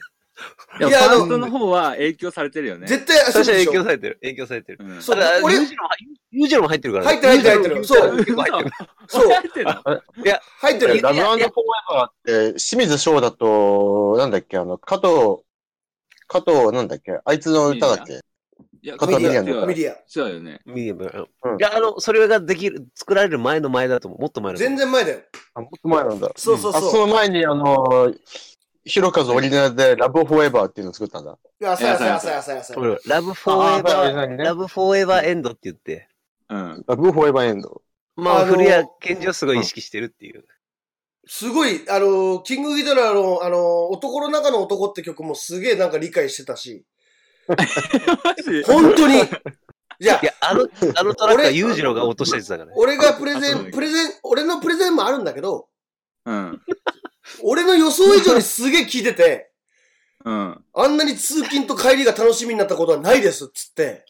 Speaker 3: いや、
Speaker 1: いやあの
Speaker 3: ファーストの方は影響されてるよ
Speaker 1: ー。
Speaker 3: ね。
Speaker 1: 絶対、あそう
Speaker 4: 私は
Speaker 1: で
Speaker 4: 影
Speaker 1: しょ
Speaker 4: 響されてる。影響されてる。
Speaker 3: うん
Speaker 1: そう
Speaker 4: ただ、
Speaker 1: 俺
Speaker 4: ユージロも、ユージロも入ってるから
Speaker 1: 入
Speaker 4: ね。
Speaker 1: ってる入ってる入ってる
Speaker 4: ユージロも
Speaker 1: そう
Speaker 4: 結構入ってる。
Speaker 1: そう
Speaker 3: 入ってるの
Speaker 1: 入って
Speaker 2: え
Speaker 1: る
Speaker 2: ー。ラブフォーエバーって、清水翔だと、なんだっけ、あの、加藤、加藤、なんだっけ、あいつの歌だっけ。
Speaker 3: いや、
Speaker 2: カ
Speaker 3: こ
Speaker 2: タ
Speaker 1: ミ
Speaker 2: ミ
Speaker 1: ディ
Speaker 2: リア
Speaker 1: ア
Speaker 2: ンだ
Speaker 1: の。ミ
Speaker 3: 違
Speaker 1: ディア。
Speaker 3: うよね。
Speaker 4: ミディアム
Speaker 2: うん
Speaker 4: いや、あの、それができる、作られる前の前だと思う。もっと前の前。
Speaker 1: 全然前だよ。
Speaker 2: あ、もっと前なんだ。
Speaker 1: そうそう
Speaker 2: あ、
Speaker 1: そ
Speaker 2: その前に、あの、ひろかずオリジナルで、ラブフォーエバーっていうのを作ったんだ。
Speaker 1: う。浅い浅い
Speaker 3: いや
Speaker 1: 浅い浅い浅い。
Speaker 4: うんラブフォーエ
Speaker 2: あー
Speaker 4: バ
Speaker 2: そうだよ
Speaker 4: ー、
Speaker 2: ね
Speaker 4: ラブフォーエバーエンドって言って。
Speaker 3: うん。
Speaker 2: ラブフォーエバーエンド。
Speaker 4: ま
Speaker 1: あ
Speaker 4: あ、
Speaker 1: のー
Speaker 4: 古谷健二をすごい意識してるっていう。
Speaker 1: すごい、あのー、キングギドラの、あのー、男の中の男って曲もすげえなんか理解してたし。
Speaker 3: マジ
Speaker 1: 本当に。じゃ
Speaker 4: いや、あの、あのトラックは裕次郎が落としたやつだからね。
Speaker 1: 俺がプレゼ
Speaker 3: あそうだ
Speaker 1: ン、
Speaker 3: ね
Speaker 1: プレゼン、俺のプレゼンもあるんだけど、
Speaker 3: うん。
Speaker 1: 俺の予想以上にすげえ聞いてて、
Speaker 3: うん。
Speaker 1: あんなに通勤と帰りが楽しみになったことはないですっつって。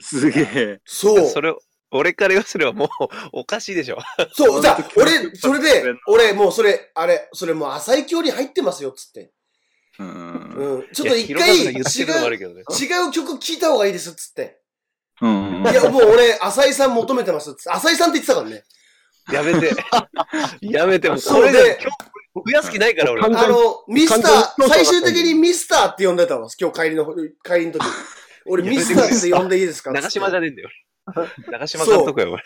Speaker 3: すげえ。
Speaker 1: そう。
Speaker 4: それを、俺から言わせればもう、おかしいでしょ。
Speaker 1: そう、じゃあ
Speaker 3: 本当、
Speaker 1: 俺、それ
Speaker 3: ごめん
Speaker 1: で
Speaker 3: な、
Speaker 1: 俺、もうそれ、あれ、それもう浅い距離入ってますよ、つって。
Speaker 3: うんうんうん。
Speaker 1: うん。ちょっと
Speaker 4: いや
Speaker 1: 一
Speaker 4: 広
Speaker 1: 回、違う、
Speaker 4: 和が言ってるのもあるけどね。
Speaker 1: 違う曲聴いた方がいいです、つって。
Speaker 3: うんうん
Speaker 1: いや、もう俺、浅井さん求めてます、つって。浅井さんって言ってたからね。
Speaker 4: や めて。やめて。もう
Speaker 1: そう
Speaker 4: こ
Speaker 1: で
Speaker 4: れで、今日、増やす気ないから俺。
Speaker 2: 完全
Speaker 1: あの、ミスター、
Speaker 2: 完全に
Speaker 1: 最終的にミスターって呼んでたわ、今日帰りの、帰りの時。俺、ミスターって呼んでいいですかつって
Speaker 4: 長島じゃねえんだよ。 長島監督や、俺。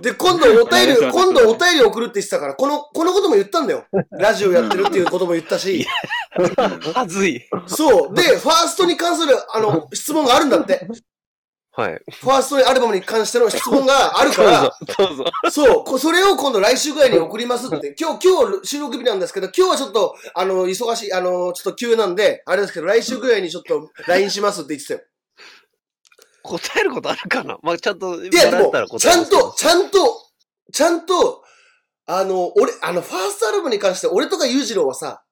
Speaker 1: で、今度お便り
Speaker 3: う
Speaker 1: を、
Speaker 3: ん
Speaker 1: 今度お便りを送るって言ってたから、この、このことも言ったんだよ。ラジオやってるっていうことも言ったし。
Speaker 4: はずい。
Speaker 1: そう。で、ファーストに関する、あの、質問があるんだって。
Speaker 4: はい。
Speaker 1: ファーストアルバムに関しての質問があるか
Speaker 4: どうぞ
Speaker 1: ら、、
Speaker 4: どうぞ。
Speaker 1: そう、こそれを今度来週ぐらいに送りますって、今日、今日収録日なんですけど、今日はちょっと、あの、忙しい、あの、ちょっと急なんで、あれですけど、来週ぐらいにちょっと LINE しますって言ってたよ。
Speaker 4: 答えることあるかなまあ、ちゃんと、い
Speaker 1: いや、でも、ちゃんと、。ちゃんと、ちゃんと、あの、俺、あの、ファーストアルバムに関して、俺とか裕次郎はさ、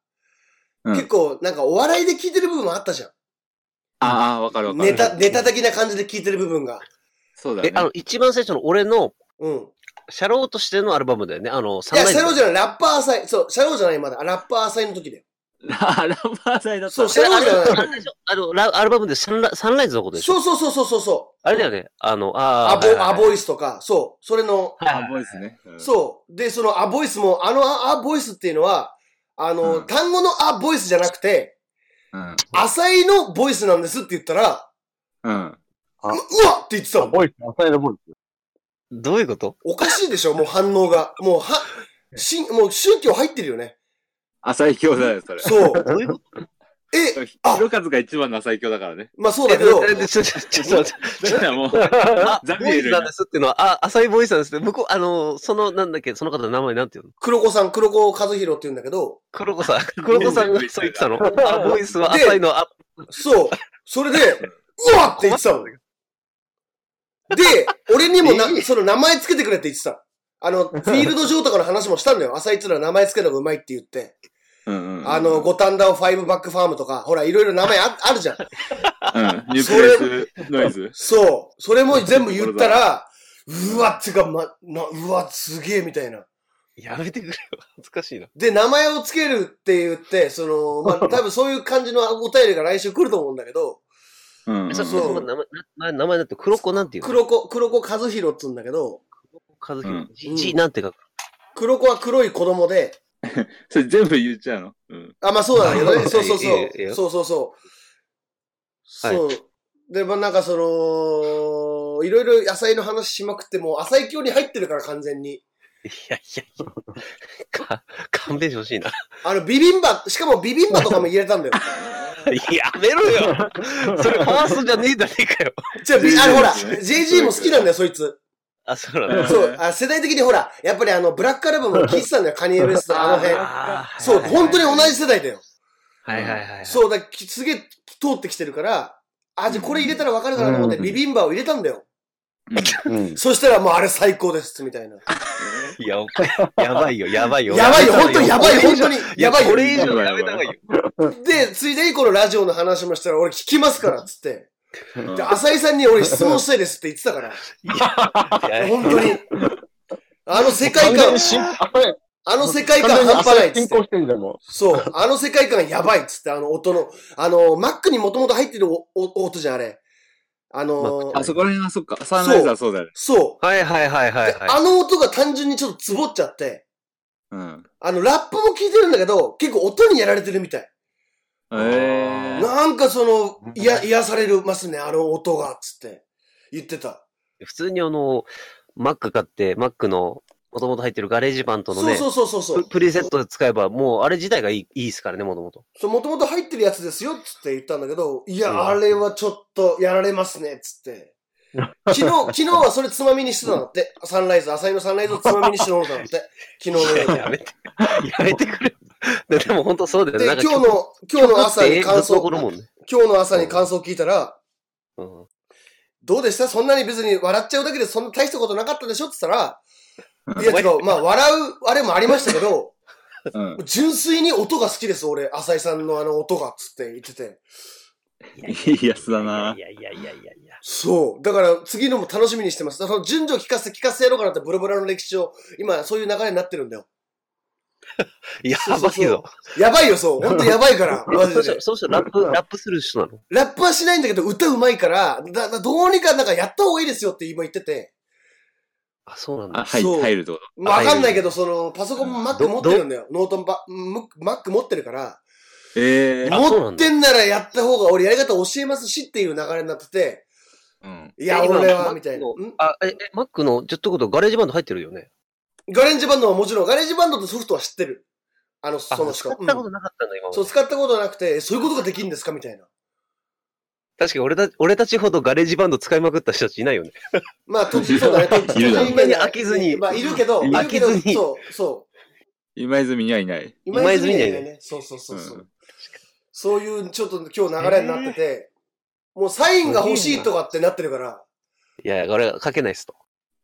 Speaker 3: うん
Speaker 1: 結構、なんかお笑いで聞いてる部分もあったじゃ
Speaker 3: ああ、わかるわ
Speaker 1: ん。
Speaker 3: か
Speaker 1: ネ
Speaker 3: る。
Speaker 1: タ、ネタ的な感じで聞いてる部分が。
Speaker 3: そうだね
Speaker 4: え、。あの、一番最初の俺の、
Speaker 1: うん。
Speaker 4: シャローとしてのアルバムだよね。あの、
Speaker 1: い
Speaker 4: サン
Speaker 1: や、
Speaker 4: ライ
Speaker 1: シ
Speaker 4: ズ
Speaker 1: ャローじゃない、ラッパー祭、そう、シャローじゃない、まだ、ラッパー祭の時だよ。
Speaker 3: あ ラッパー祭だった。
Speaker 1: そう、シャローじゃない。
Speaker 4: あれでしょあの、ラアルバムでサンラサンライズのことでしょ
Speaker 1: そうそうそうそうそうそう。
Speaker 4: あれだよね。あの、
Speaker 1: ア
Speaker 4: ああ。
Speaker 1: ボ、
Speaker 4: はいはいはい
Speaker 1: アボイスとか、そう。それの、
Speaker 4: はい
Speaker 3: あ、ボイスね。うん
Speaker 1: そう。で、そのアボイスも、あのアアボイスっていうのは、あの、
Speaker 3: うん
Speaker 1: 単語のアボイスじゃなくて、
Speaker 3: うん。
Speaker 1: 浅井のボイスなんですって言ったら、
Speaker 3: うん。
Speaker 1: う
Speaker 2: あ
Speaker 1: うわって言ってたもん。
Speaker 2: ボイス、浅井のボイス。
Speaker 4: どうい うこと
Speaker 1: おかしいでしょもう反応が。もう、は、しん、もう宗教入ってるよね。
Speaker 3: 浅井教だよ、それ。
Speaker 1: そう。
Speaker 4: どういうこと
Speaker 1: え、
Speaker 3: ひろかずが一番の浅井教だ からね。
Speaker 1: まあそうだけど、
Speaker 4: えちょ、ちょ、ちょ、ちょ、ちょ、
Speaker 3: だからもう、
Speaker 4: あ
Speaker 3: ザビ
Speaker 4: ボ
Speaker 3: エ
Speaker 4: イ
Speaker 3: ル
Speaker 4: ス
Speaker 3: が
Speaker 4: なんですっていうのは、あ、浅いボイスなんですって、向こう、あの、その、なんだっけ、その方の名前なんていうの
Speaker 1: 黒子さん、黒子和弘って言うんだけど、
Speaker 4: 黒子さん、黒子さんがそう言ってたの。あ、ボイスは
Speaker 1: で
Speaker 4: 浅いの、あ、
Speaker 1: そう。それで、うわって言ってたもん。で、俺にもな、その名前つけてくれって言ってた。あ の、フィールド上とかの話もしたんだよ。朝一の名前つけた方がうまいって言って。
Speaker 3: うんうんうん
Speaker 1: あの、、五反田をファイブバックファームとか、ほら、いろいろ名前ああるじゃん。
Speaker 3: うん。ニュープレイスノイズ。
Speaker 1: そう。それも全部言ったら、うわ、つか、ま、な、うわ、すげえ、みたいな。
Speaker 4: やめてくれよ。恥ずかしいな。
Speaker 1: で、名前をつけるって言って、その、 まあ、多分そういう感じのお便りが来週来ると思うんだけど、
Speaker 3: うんうん。
Speaker 4: そう
Speaker 1: そう
Speaker 4: そう。名前、な名前だって、黒子なんていうの
Speaker 1: 黒子、黒子和弘っつうんだけど、
Speaker 4: 和
Speaker 3: う
Speaker 4: 樹
Speaker 3: ん。
Speaker 4: じ、じ、なんて書く
Speaker 1: 黒子は黒い子供で、
Speaker 3: それ全部言っちゃうのうん。
Speaker 1: あ、まあそうなんだけどね。
Speaker 4: あ
Speaker 1: そうそうそ。
Speaker 4: いいよいいうよ
Speaker 1: そうそうそう。
Speaker 4: はい
Speaker 1: そう。で、まあなんかその、いろいろ野菜の話しまくっても、浅井教に入ってるから完全に。
Speaker 4: いやいやいや。 か、勘弁してほしいな。
Speaker 1: あの、ビビンバ、しかもビビンバとかも入れたんだよ。
Speaker 4: やめろよそれファーストじゃねえだねえかよ。
Speaker 1: じゃあ、みあの、ほら、
Speaker 3: JG ですね
Speaker 1: JG も好きなんだよ、そいつ。
Speaker 4: あ、そうなんだ。
Speaker 1: そう、あ世代的にほら、やっぱりあの、ブラックアルバムを聴いてたんだよ、カニエ・ウェスト、あの辺。
Speaker 4: あー
Speaker 1: そう、本当に同。じ世代だよ。
Speaker 4: はいはいはいはい。
Speaker 1: そう、だからきすげえ通ってきてるから、あ、じゃあこれ入れたらわかるかなと思って、
Speaker 2: うん
Speaker 1: ビビンバを入れたんだよ。
Speaker 2: うん。
Speaker 1: そしたらもうあれ最高です、みたいな。
Speaker 4: いや、おやばいよ、やばいよ。
Speaker 1: やばいよ、本当にやばい、本当に。やばい
Speaker 4: こ
Speaker 1: よ。
Speaker 4: れ以上やめた方がいいよ。
Speaker 1: で、ついでにこのラジオの話もしたら、俺聞きますから、つって。
Speaker 3: うん
Speaker 1: で、浅井さんに俺質問したいですって言ってたから。本当に。あの世界
Speaker 2: 完全
Speaker 1: 観
Speaker 2: に、進あこれ
Speaker 1: あの世界
Speaker 2: 完
Speaker 1: 観
Speaker 2: 全に
Speaker 1: 半端ないっつ
Speaker 2: 朝進
Speaker 1: って
Speaker 2: 行。してんじゃん、も
Speaker 1: そう、あの世界観やばいっつって、あの音の、あの、マックにもともと入ってるおお音じゃん、あれ。あの
Speaker 3: あ、そこら辺はそっか。サンライズはそうだね。
Speaker 1: そ
Speaker 4: はいはいはいは
Speaker 1: う、
Speaker 4: い
Speaker 1: であ
Speaker 4: は
Speaker 1: の音が単純にちょっとつぼっちゃって、
Speaker 3: うん。
Speaker 1: あの、ラップも聞いてるんだけど、結構音にやられてるみたい。
Speaker 3: えー。
Speaker 1: なんかその、いや、癒されるますね、あの音が、つって、言ってた。
Speaker 4: い。普通にあの、Mac 買って、Mac の、もともと入ってるガレージバンドの
Speaker 1: そう
Speaker 4: ね、
Speaker 1: そうそうそうそう
Speaker 4: プ。プリセットで使えば、もうあれ自体がいい、いいですからね、もともと。
Speaker 1: そう、もともと入ってるやつですよ、つって言ったんだけど、いや、
Speaker 4: うん
Speaker 1: あれはちょっとやられますね、つ って。昨日、昨日はそれつまみにしてたのって、サンライズ、浅井のサンライズをつまみにして飲んだのって、昨日の夜。
Speaker 4: やめて、やめてくれ。ででも本当そうだよ
Speaker 1: で
Speaker 4: ね。なん、か
Speaker 1: 今日の、今日の朝に感想、
Speaker 4: 曲だって永遠ずっと残るもんね。
Speaker 1: 今日の朝に感想聞いたら、
Speaker 4: うん。
Speaker 1: どうでしたそんなに別に笑っちゃうだけでそんな大したことなかったでしょって言ったら、いや違う、まあ笑う、あれもありましたけど、
Speaker 3: うん。
Speaker 1: 純粋に音が好きです、俺、浅井さんのあの音が、つって言ってて。
Speaker 3: いいやつだない
Speaker 4: やいやいやいやいや。
Speaker 1: そう。だから、次のも楽しみにしてます。だからその順序聞かせて聞かせてやろうかなって、ブラブラの歴史を、今、そういう流れになってるんだよ。
Speaker 4: や
Speaker 1: そうそう
Speaker 4: ばい
Speaker 1: そう
Speaker 4: ぞ。
Speaker 1: やばいよ、そう。ほんとやばい から、マ
Speaker 4: そう
Speaker 1: ジ
Speaker 4: し
Speaker 1: で
Speaker 4: た。そうしたらラップ、ラップする人なの
Speaker 1: ラップはしないんだけど、歌うまいから、だ、だどうにかなんかやった方がいいですよって今言ってて。
Speaker 4: あ、そうなん
Speaker 3: あ、
Speaker 4: だ。
Speaker 3: はい、
Speaker 1: そう
Speaker 3: 入るってこ
Speaker 1: わかんないけど、その、パソコンも Mac
Speaker 4: ど
Speaker 1: 持ってるんだよ。ノートパ、ム Mac 持ってるから、
Speaker 3: と。ええー。
Speaker 4: あそう
Speaker 1: 持
Speaker 4: な
Speaker 1: っ
Speaker 4: んだ
Speaker 1: てんならやった方が俺やり方教えますしっていう流れになってて、
Speaker 3: うん。
Speaker 1: いや、
Speaker 4: え今
Speaker 1: 俺は、
Speaker 4: Mac
Speaker 1: みたいな。
Speaker 4: の
Speaker 1: ん
Speaker 4: あ、え、えマックの、ちょっとことガレージバンド入ってるよね。
Speaker 1: ガレンジバンドはもちろん、ガレンジバンドとソフトは知ってる。あの、
Speaker 4: あ、
Speaker 1: その人。
Speaker 4: 使っ
Speaker 1: うん
Speaker 4: たことなかったんだ、今まで
Speaker 1: そう、使ったことなくて、えそういうことができるんですかみたいな。
Speaker 4: 確かに俺た俺たちほどガレージバンド使いまくった人たちいないよね。
Speaker 1: まあ、とそうだね。と
Speaker 3: いるだろ
Speaker 1: と
Speaker 3: う
Speaker 1: 今ね
Speaker 4: 飽きずに
Speaker 1: まあ、いるけど、いる
Speaker 4: 飽
Speaker 1: け
Speaker 4: き
Speaker 1: ど
Speaker 4: ず、に
Speaker 1: そう、そう。
Speaker 3: 今泉にはいない。。
Speaker 4: 今泉にはいない
Speaker 1: 今ね。そうそうそうそううんそういう、ちょっと今日流れになってて、もうサインが欲しいとかってなってるから、
Speaker 4: いやいや、俺は書けないっすと。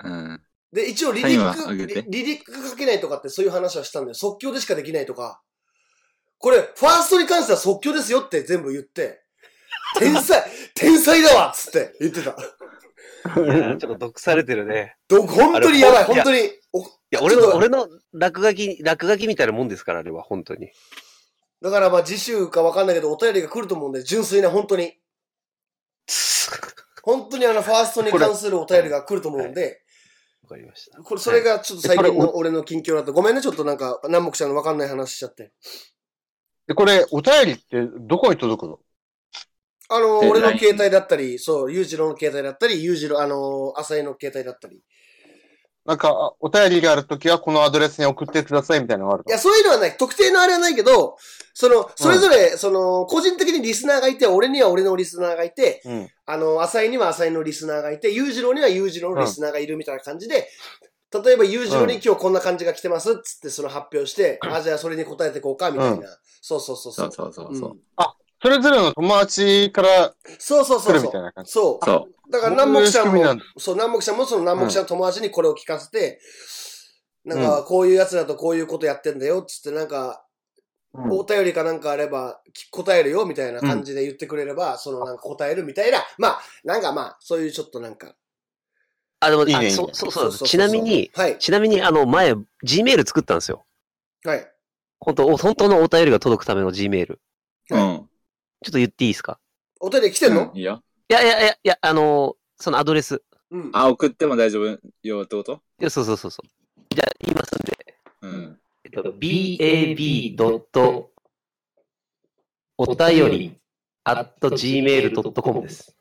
Speaker 3: うん。
Speaker 1: で、一応リ
Speaker 3: サ
Speaker 1: リ
Speaker 3: インは
Speaker 1: ック、
Speaker 3: 上げて
Speaker 1: リリリック書けないとかってそういう話はしたんだよ。即興でしかできないとか。これ、ファーストに関しては即興ですよって全部言って、天才、 天才だわっつって言ってた。
Speaker 4: いやちょっと毒されてるね。
Speaker 1: ど本当にやばい、本当に。お
Speaker 4: いや、俺
Speaker 1: ちょっ
Speaker 4: の、
Speaker 1: と
Speaker 4: 俺の落書き、落書きみたいなもんですから、あれは、本当に。
Speaker 1: だからまあ次週かわかんないけど、お便りが来ると思うんで、純粋な、本当に。本当にあの、ファーストに関するお便りが来ると思うんで、
Speaker 4: わかりました。
Speaker 1: これ、それがちょっと最
Speaker 2: はい
Speaker 1: 近
Speaker 2: これ
Speaker 1: の俺の近況だった。ごめんね、ちょっとなんか、南北ちゃんのわかんない話しちゃって。
Speaker 2: で、これ、お便りってどこに届くの
Speaker 1: あの、
Speaker 3: え
Speaker 1: 俺の
Speaker 3: LINE
Speaker 1: 携帯だったり、そう、裕次郎の携帯だったり、裕次郎、あの、浅井の携帯だったり。い
Speaker 2: なんか、あお便りがあるときはこのアドレスに送ってくださいみたいなのがあるの
Speaker 1: や、そういうのはない。特定のあれはないけど、その、それぞれ、その、個人的にリスナーがいて、俺には俺のリスナーがいて、
Speaker 2: うん。
Speaker 1: あの、浅井には浅井のリスナーがいて、裕次郎には裕次郎のリスナーがいるみたいな感じで、例えば裕次郎に今日こんな感じが来てますっつってその発表して、あ、じゃあそれに答えていこうかみたいな。
Speaker 2: うん
Speaker 1: そうそうそうそ
Speaker 3: そうう。そうそうそうう。
Speaker 1: ん
Speaker 2: それぞれの友達から
Speaker 1: そうそう
Speaker 2: 来
Speaker 1: そう
Speaker 2: る
Speaker 1: そ。
Speaker 2: みたいうな感じ。
Speaker 1: そう。
Speaker 3: そ
Speaker 1: だから南北ちゃん
Speaker 2: そういう仕組みな
Speaker 1: も
Speaker 2: んだ、
Speaker 1: そう、南北ちゃんもその南北ちゃんの友達にこれを聞かせて、
Speaker 2: ん
Speaker 1: なんか、こういうやつだとこういうことやってんだよ、つって、なんか、
Speaker 2: うん
Speaker 1: お便りかなんかあれば、き答えるよ、みたいな感じで言ってくれれば、そのなんか答えるみたいな、まあ、なんかまあ、そういうちょっとなんか。
Speaker 4: あ、でも、
Speaker 2: いい
Speaker 4: あ
Speaker 2: ねいい
Speaker 4: そ
Speaker 2: ね
Speaker 4: そうそうだちなみに、、
Speaker 1: はい、
Speaker 4: ちなみに、あの、前、Gmail 作ったんですよ。
Speaker 1: はい。
Speaker 4: 本当お本当のお便りが届くための Gmail。ちょ
Speaker 3: う。うん。
Speaker 4: っと言っていいですか
Speaker 1: お便り来てんの
Speaker 3: いいよ。
Speaker 4: いやいやいや、いや、あのーそのアドレス。
Speaker 1: うん。
Speaker 3: あ、送っても大丈夫よってこと
Speaker 4: いやそうそうそうそう。じゃあ、言いますんで。
Speaker 3: うん。
Speaker 4: えっと、bab. お便り、at gmail.com です。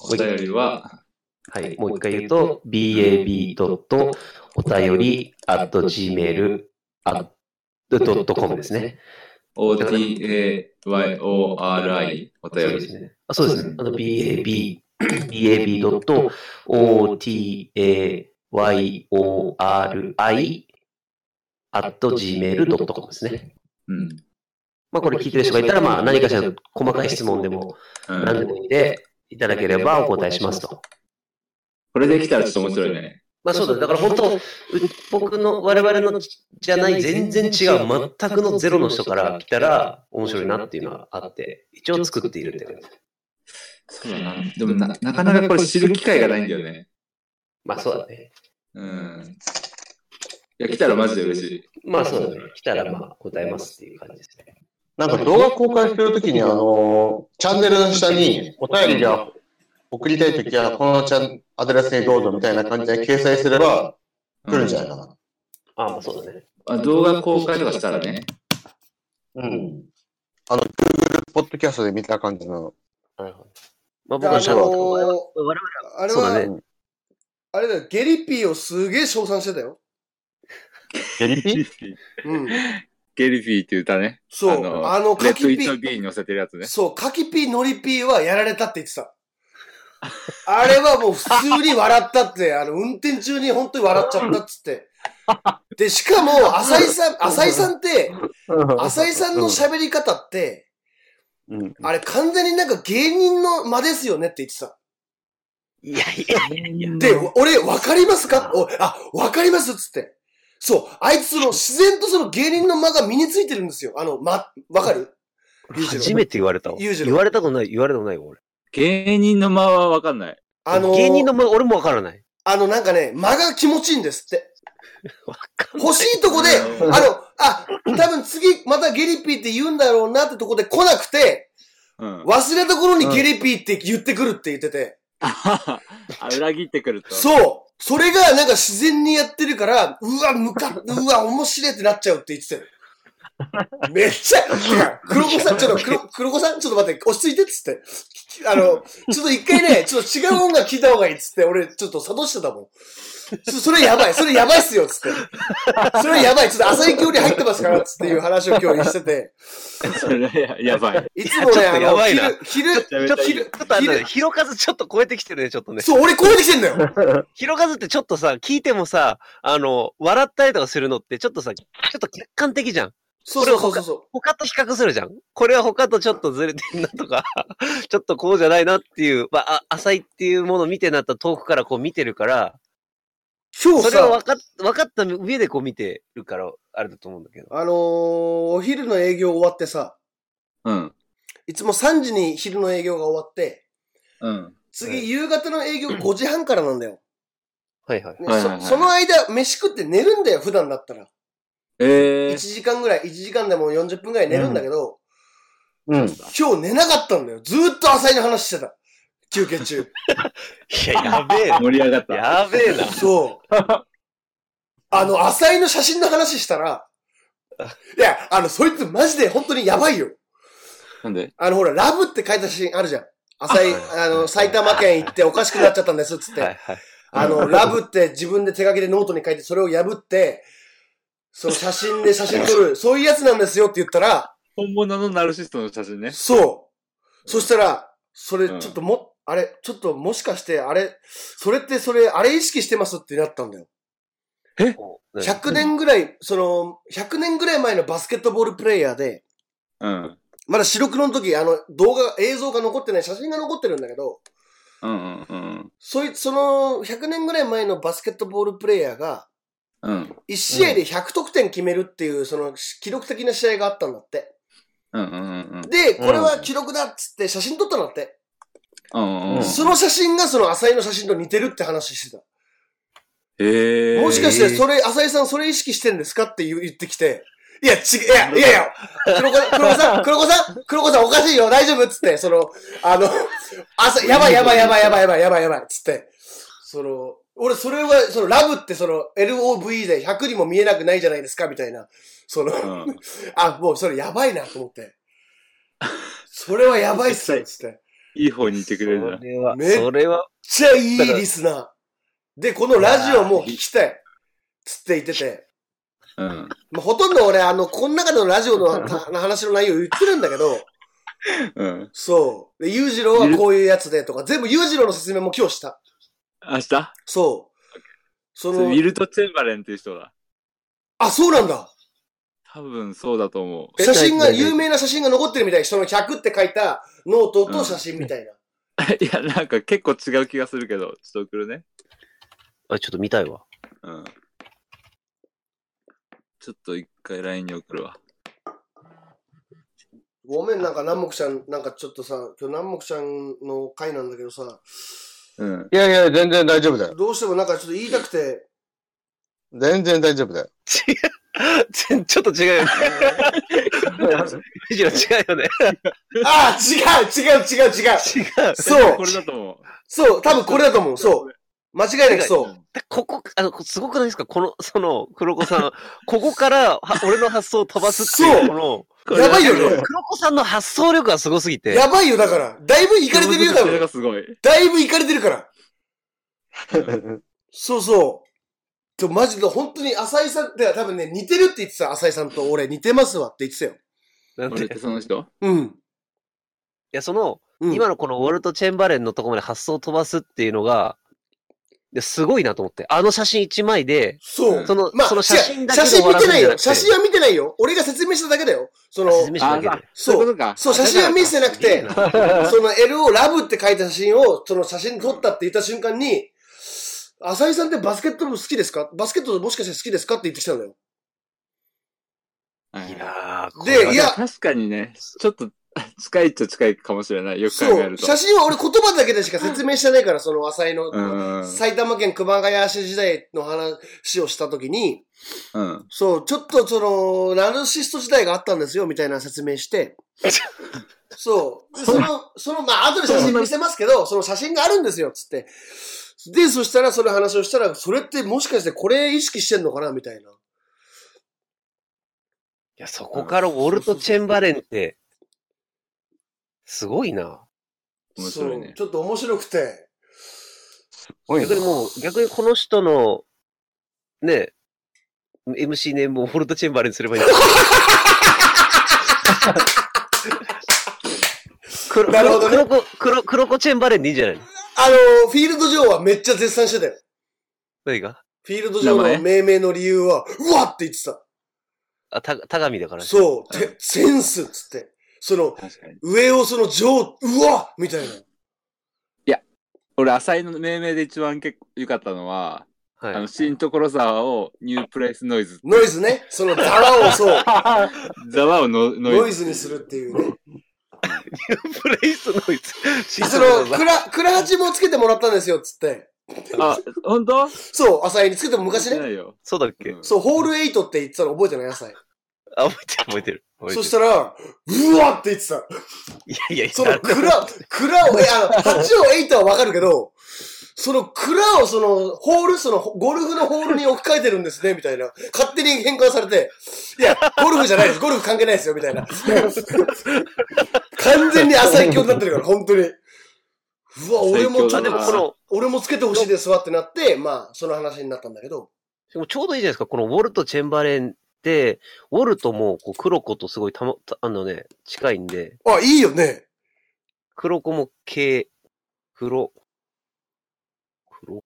Speaker 3: お便りは、
Speaker 4: はい。もう一回言うと、bab. お便り、at gmail.com ですね。
Speaker 3: OTAYORI お便り。
Speaker 4: ね。あ、そうですね。あの、bab、bab.otayori at gmail.com ですね。
Speaker 3: うん。
Speaker 4: まあ、これ聞いてる人がいたら、まあ、何かしらの細かい質問でも、
Speaker 3: う
Speaker 4: 何で
Speaker 3: ん、
Speaker 4: もいいので、いただければお答えしますと。
Speaker 3: これできたらちょっと面白いね。
Speaker 4: まあ、そうだ。だから本当、う僕の、我々のじゃない、全然違う、全くのゼロの人から来たら、面白いなっていうのはあって、一応作っているって感じ。
Speaker 3: そうだな。でもな、なかなかこれ知る機会がないんだよね。
Speaker 4: まあ、そうだね。
Speaker 3: うん。いや、来たらマジで嬉しい。
Speaker 4: まあ、そうだね。来たら、まあ、答えますっていう感じですね。
Speaker 2: なんか動画公開してるときに、あの、チャンネルの下にお便りが送りたいときは、このチャンアドレスにどうぞみたいな感じで掲載すれば来るんじゃないかな。
Speaker 4: ああ、まあ、そうだね。
Speaker 3: あ動画公開とかしたらね。
Speaker 2: うん。あの、Google ポッドキャストで見た感じの。
Speaker 4: なるほど。まあ、僕
Speaker 1: だから
Speaker 4: の
Speaker 1: あ
Speaker 4: シャ
Speaker 1: の
Speaker 4: ワーと我
Speaker 1: ー
Speaker 4: 々は
Speaker 1: あれ
Speaker 4: そうだ
Speaker 1: は、
Speaker 4: ね。
Speaker 1: あれだよ、ゲリピーをすげえ称賛してたよ。
Speaker 2: ゲリピ
Speaker 1: うん。
Speaker 3: ゲリフィーっていう歌ね。
Speaker 1: そう、あの、
Speaker 3: あの、レ
Speaker 1: カ
Speaker 3: ッド・
Speaker 1: キ
Speaker 3: イッ
Speaker 1: ピ
Speaker 3: ト・
Speaker 1: ー、
Speaker 3: ビーに載せてるやつね。
Speaker 1: そう、カキピー、ノリピーはやられたって言ってた。あれはもう普通に笑ったって、あの、運転中に本当に笑っちゃったっつって。で、しかも、浅井さん、浅井さんって、浅井さんの喋り方って、
Speaker 2: うん。
Speaker 1: あれ完全になんか芸人の間ですよねって言ってた。
Speaker 4: いやいや、
Speaker 1: で、俺、わかりますかおあ、わかりますっつって。そう、あいつその自然とその芸人の間が身についてるんですよ。あの、ま、わかる裕次郎
Speaker 4: 初めて言われたわ。
Speaker 1: 裕次郎
Speaker 4: 言われたことない、言われたことないわ、俺。
Speaker 3: 芸人の間はわかんない。
Speaker 1: あのー、
Speaker 4: 芸人の間、俺もわからない。
Speaker 1: あの、なんかね、間が気持ちいいんですって。
Speaker 4: わかんない。
Speaker 1: 欲しいとこで、あ
Speaker 3: うん
Speaker 1: の、あ、多分次、またゲリピーって言うんだろうなってとこで来なくて、
Speaker 3: うん。
Speaker 1: 忘れた頃にゲリピーって言ってくるって言ってて、
Speaker 3: あ、裏切ってくると。
Speaker 1: そうそれがなんか自然にやってるから、うわ、むか、うわ、面白いってなっちゃうって言ってたよ。めっちゃ、黒子さん、ち ょっと黒、黒子さん、ちょっと待って、落ち着いてっつって。あの、ちょっと一回ね、ちょっと違う音楽聞いた方がいいっつって、俺、ちょっと諭してたもん。そそれやばい、それやばいっすよ、つって。それやばい、ちょっと浅い教に入ってますから、つっていう話を今日してて。
Speaker 3: それややば い。
Speaker 1: いつも
Speaker 4: ちょ
Speaker 1: ね、
Speaker 4: っと
Speaker 1: あ
Speaker 4: や
Speaker 1: の、
Speaker 4: ばいな
Speaker 1: 昼、
Speaker 3: ちょっ
Speaker 4: ちょっ
Speaker 1: 昼、
Speaker 4: と、
Speaker 1: 昼
Speaker 4: ひろ、ちょっとあれだね、
Speaker 1: 昼
Speaker 4: ひろかずちょっと超えてきてるね、ちょっとね。
Speaker 1: そう、俺こうできてんだよ。
Speaker 4: ひろかずってちょっとさ、聞いてもさ、あの、笑ったりとかするのって、ちょっとさ、ちょっと客観的じゃん。
Speaker 1: そうそうそうそう。
Speaker 4: 他と比較するじゃん。これは他とちょっとずれてんなとか、 ちょっとこうじゃないなっていう、まあ、あ浅いっていうものを見てなった遠くからこう見てるから、
Speaker 1: 今
Speaker 4: そ
Speaker 1: 日
Speaker 4: れを
Speaker 1: さ
Speaker 4: 分、かっ分かった上でこう見てるから、あれだと思うんだけど。
Speaker 1: あのー、お昼の営業終わってさ、
Speaker 3: うん。
Speaker 1: いつも3時に昼の営業が終わって、
Speaker 3: うん。
Speaker 4: は
Speaker 1: 次
Speaker 4: い
Speaker 1: 夕方の営業5時半からなん だよ。
Speaker 4: はいはい。
Speaker 1: ね
Speaker 3: はいはいはい
Speaker 1: そその間、飯食って寝るんだよ、普段だったら。
Speaker 3: ええ
Speaker 1: 1時間ぐらい、1時間でも40分ぐらい寝るんだけど、
Speaker 2: うん。
Speaker 1: 今日寝なかったんだよ。ずーっと浅井の話してた。休憩 中。
Speaker 4: いや、やべえな。
Speaker 3: 盛り上がった。
Speaker 4: やべえな。
Speaker 1: そう。あの、浅井の写真の話した ら、いや、あの、そいつマジで本当にやばいよ。
Speaker 3: なんで
Speaker 1: あの、ほら、ラブって書いた写真あるじゃん。浅井、あの、埼玉県行っておかしくなっちゃったんです、つって。
Speaker 4: はいはい。
Speaker 1: あの、ラブって自分で手書きでノートに書いて、それを破って、その写真で写真撮る、 そういうやつなんですよって言ったら、
Speaker 3: 本物のナルシストの写真ね。
Speaker 1: そう。そしたら、それ
Speaker 3: うん
Speaker 1: ちょっとも、あれ、ちょっともしかして、あれ、それってそれ、あれ意識してますってなったんだよ。100年ぐらい、その、100年ぐらい前のバスケットボールプレイヤーで、
Speaker 3: うん。
Speaker 1: まだ白黒の時、あの、動画、映像が残ってない、写真が残ってるんだけど、
Speaker 3: うんうん
Speaker 1: そい、その、100年ぐらい前のバスケットボールプレイヤーが、
Speaker 3: うん。うん。
Speaker 1: 1試合で100得点決めるっていう、その、記録的な試合があったんだって。
Speaker 3: うんうんうん
Speaker 1: で、これは記録だっつって写真撮ったんだって。
Speaker 3: うん。うん。
Speaker 1: その写真がその浅井の写真と似てるって話してた。
Speaker 3: ええ
Speaker 1: もしかして、それ、浅井さんそれ意識してんですかって言う言ってきて、いや、ち、いや、いやいや、黒子黒子さん、黒子さん、黒子さんおかしいよ、大丈夫っつって、その、あの、朝、やばいやばいやばいやばいやばいやばいやばいっつって、その、俺それは、その、ラブってその、LOV で100にも見えなくないじゃないですか、みたいな、その、
Speaker 3: うん。
Speaker 1: あ、もうそれやばいなと思って。それはやばいっすよ、つっ て。めっ
Speaker 3: いい方にいてく
Speaker 4: そ
Speaker 3: れるな。
Speaker 4: れは、
Speaker 1: め
Speaker 4: それは、
Speaker 1: ちゃいいリスナー。で、このラジオも聞きたい。つって言ってて。
Speaker 3: うん。
Speaker 1: まあ、ほとんど俺、あの、この中でのラジオ のた話の内容言ってるんだけど、
Speaker 3: うん。
Speaker 1: そう。で、裕次郎はこういうやつでとか、全部裕次郎の説明も今日した。
Speaker 3: 明日
Speaker 1: そう。そ
Speaker 3: ウ
Speaker 1: の、
Speaker 3: ィルト・チェンバレンっていう人だ。
Speaker 1: あ、そうなんだ。
Speaker 3: 多分そう だと思
Speaker 1: 写真が、有名な写真が残ってるみたい。その100って書いたノートと写真みたいな。
Speaker 3: う。いや、なんか結構違う気がするけど、ちょっと送るね。
Speaker 4: あ、ちょっと見たいわ。
Speaker 3: うん。ちょっと一回 LINE に送るわ。
Speaker 1: ごめん、なんか南木ちゃん、なんかちょっとさ、今日南木ちゃんの回なんだけどさ、
Speaker 3: うん。
Speaker 2: いやいや、全然大丈夫だよ。
Speaker 1: どうしてもなんかちょっと言いたくて、
Speaker 2: 全然大丈夫 だよ。
Speaker 4: 違う。 ちちょっと違う よね。むしろ違うよね。
Speaker 1: ああ、違う違う違う違う
Speaker 4: 違う。
Speaker 1: そう
Speaker 3: これだと思う。
Speaker 1: そう、多分これだと思う。そう。間違いなくそう。
Speaker 4: ここ、あの、すごくないですかこの、その、黒子さん。ここから、は俺の発想を飛ばすってい
Speaker 1: そ
Speaker 4: う、
Speaker 1: う
Speaker 4: この、
Speaker 1: やばいよね。
Speaker 4: 黒子さんの発想力がすごすぎて。
Speaker 1: やばいよ、だから。だいぶいかれてるよ、多
Speaker 3: それが
Speaker 1: 分。
Speaker 3: すごい。
Speaker 1: だいぶいかれてるから。そうそう。でもマジで本当に浅井さんって多分ね、似てるって言ってた、浅井さんと俺似てますわって言ってたよ。
Speaker 4: なん
Speaker 3: 俺
Speaker 4: で
Speaker 3: ってその人
Speaker 1: うん。
Speaker 4: いや、その、
Speaker 1: うん、
Speaker 4: 今のこのウォルト・チェンバレンのとこまで発想を飛ばすっていうのが、いやすごいなと思って。あの写真一枚で、
Speaker 1: そう。
Speaker 4: その、
Speaker 1: まあ、
Speaker 4: その写真だけ
Speaker 1: 違う
Speaker 4: で
Speaker 1: 写
Speaker 4: 終
Speaker 1: 真
Speaker 4: わ
Speaker 1: 見
Speaker 4: ら
Speaker 1: て
Speaker 4: せ
Speaker 1: な
Speaker 4: るん
Speaker 1: い
Speaker 4: じゃな
Speaker 1: よ。
Speaker 4: くて。
Speaker 1: 写真は見てないよ。俺が説明しただけだよ。その、
Speaker 4: 説明しただけ
Speaker 3: あ
Speaker 4: で。
Speaker 3: そうい
Speaker 1: そ
Speaker 3: うこ
Speaker 1: う。
Speaker 3: とか。
Speaker 1: そう、写真は見せてなくて、 その L をラブって書いた写真を、その写真に撮ったって言った瞬間に、浅井さんってバスケット部好きですかバスケットもしかして好きですかって言ってきたんだよ。
Speaker 3: はい
Speaker 4: いやー、
Speaker 1: でいや
Speaker 3: 確かにね、ちょっと近いっちゃ近いかもしれない。よく考
Speaker 1: そ
Speaker 3: える
Speaker 1: う。
Speaker 3: と。
Speaker 1: 写真は俺言葉だけでしか説明してないから、その浅井の、
Speaker 3: うん。うん。
Speaker 1: 埼玉県熊谷市時代の話をしたときに、
Speaker 3: うん。
Speaker 1: そう、ちょっとその、ナルシスト時代があったんですよ、みたいな説明 して。そう。でその、その、まあ、後で写真見せますけど、その写真があるんですよ、つって。で、そしたら、その話をしたら、それってもしかしてこれ意識してんのかな、みたいな。
Speaker 4: いや、そこからウォルト・チェンバレンって、すごいな。
Speaker 3: 面白いね
Speaker 1: そうちょっと面白くて。
Speaker 2: おい
Speaker 4: 逆にもう、逆にこの人の、ね、MC ネームをウォルト・チェンバレンにすればいいんだ。黒
Speaker 1: なるほどね
Speaker 4: 黒子、黒、黒子チェンバレンでいいんじゃないの
Speaker 1: あの、フィールド上はめっちゃ絶賛してたよ。
Speaker 4: 何が
Speaker 1: フィールド上
Speaker 3: 名
Speaker 1: の命
Speaker 3: 前
Speaker 1: 名の理由は、うわって言ってた。
Speaker 4: あ、た、たがみだからね。
Speaker 1: そう、てセンスっつって。その、
Speaker 3: 確かに。
Speaker 1: 上をその上、うわみたいな。
Speaker 3: 俺、浅井の命名で一番結構良かったのは、あ
Speaker 4: は
Speaker 3: の、
Speaker 4: い。
Speaker 3: 新所沢をニュープレイスノイズ、
Speaker 1: ノイズね。その、ざわをそう。
Speaker 3: ザワをノノイズ
Speaker 1: ノイズにするっていうね。
Speaker 4: プレイスノイズ。シ
Speaker 1: そ の、クラ、クラハチもつけてもらったんですよ、つって。
Speaker 3: あ、本当
Speaker 1: そう、浅井につけても昔
Speaker 3: 見て
Speaker 1: ね。
Speaker 3: ないよ。
Speaker 4: そうだっけ
Speaker 3: うん
Speaker 1: そう、ホールエイトって言ってたの覚えてない、浅井。
Speaker 4: あ、覚えてる、覚えてる。覚えて
Speaker 1: そ
Speaker 4: る
Speaker 1: したら、うわって言ってた。
Speaker 4: いやいやいや、
Speaker 1: その、クラ、クラを、え、あの、8をエイトはわかるけど、その、クラをその、ホール、その、ゴルフのホールに置き換えてるんですね、みたいな。勝手に変換されて、いや、ゴルフじゃないです、ゴルフ関係ないですよ、みたいな。完全に浅井教になってるから、本当に。うわ、俺もちょ
Speaker 4: あ、
Speaker 1: っ
Speaker 4: で
Speaker 1: と
Speaker 4: もこの、
Speaker 1: 俺もつけてほしいですわってなって、まあ、その話になったんだけど。
Speaker 4: でもちょうどいいじゃないですか、このウォルト・チェンバレンって、ウォルトもこう黒子とすごいたま、たあのね、近いんで、
Speaker 1: あ、いいよね。
Speaker 4: 黒子も系、黒、黒。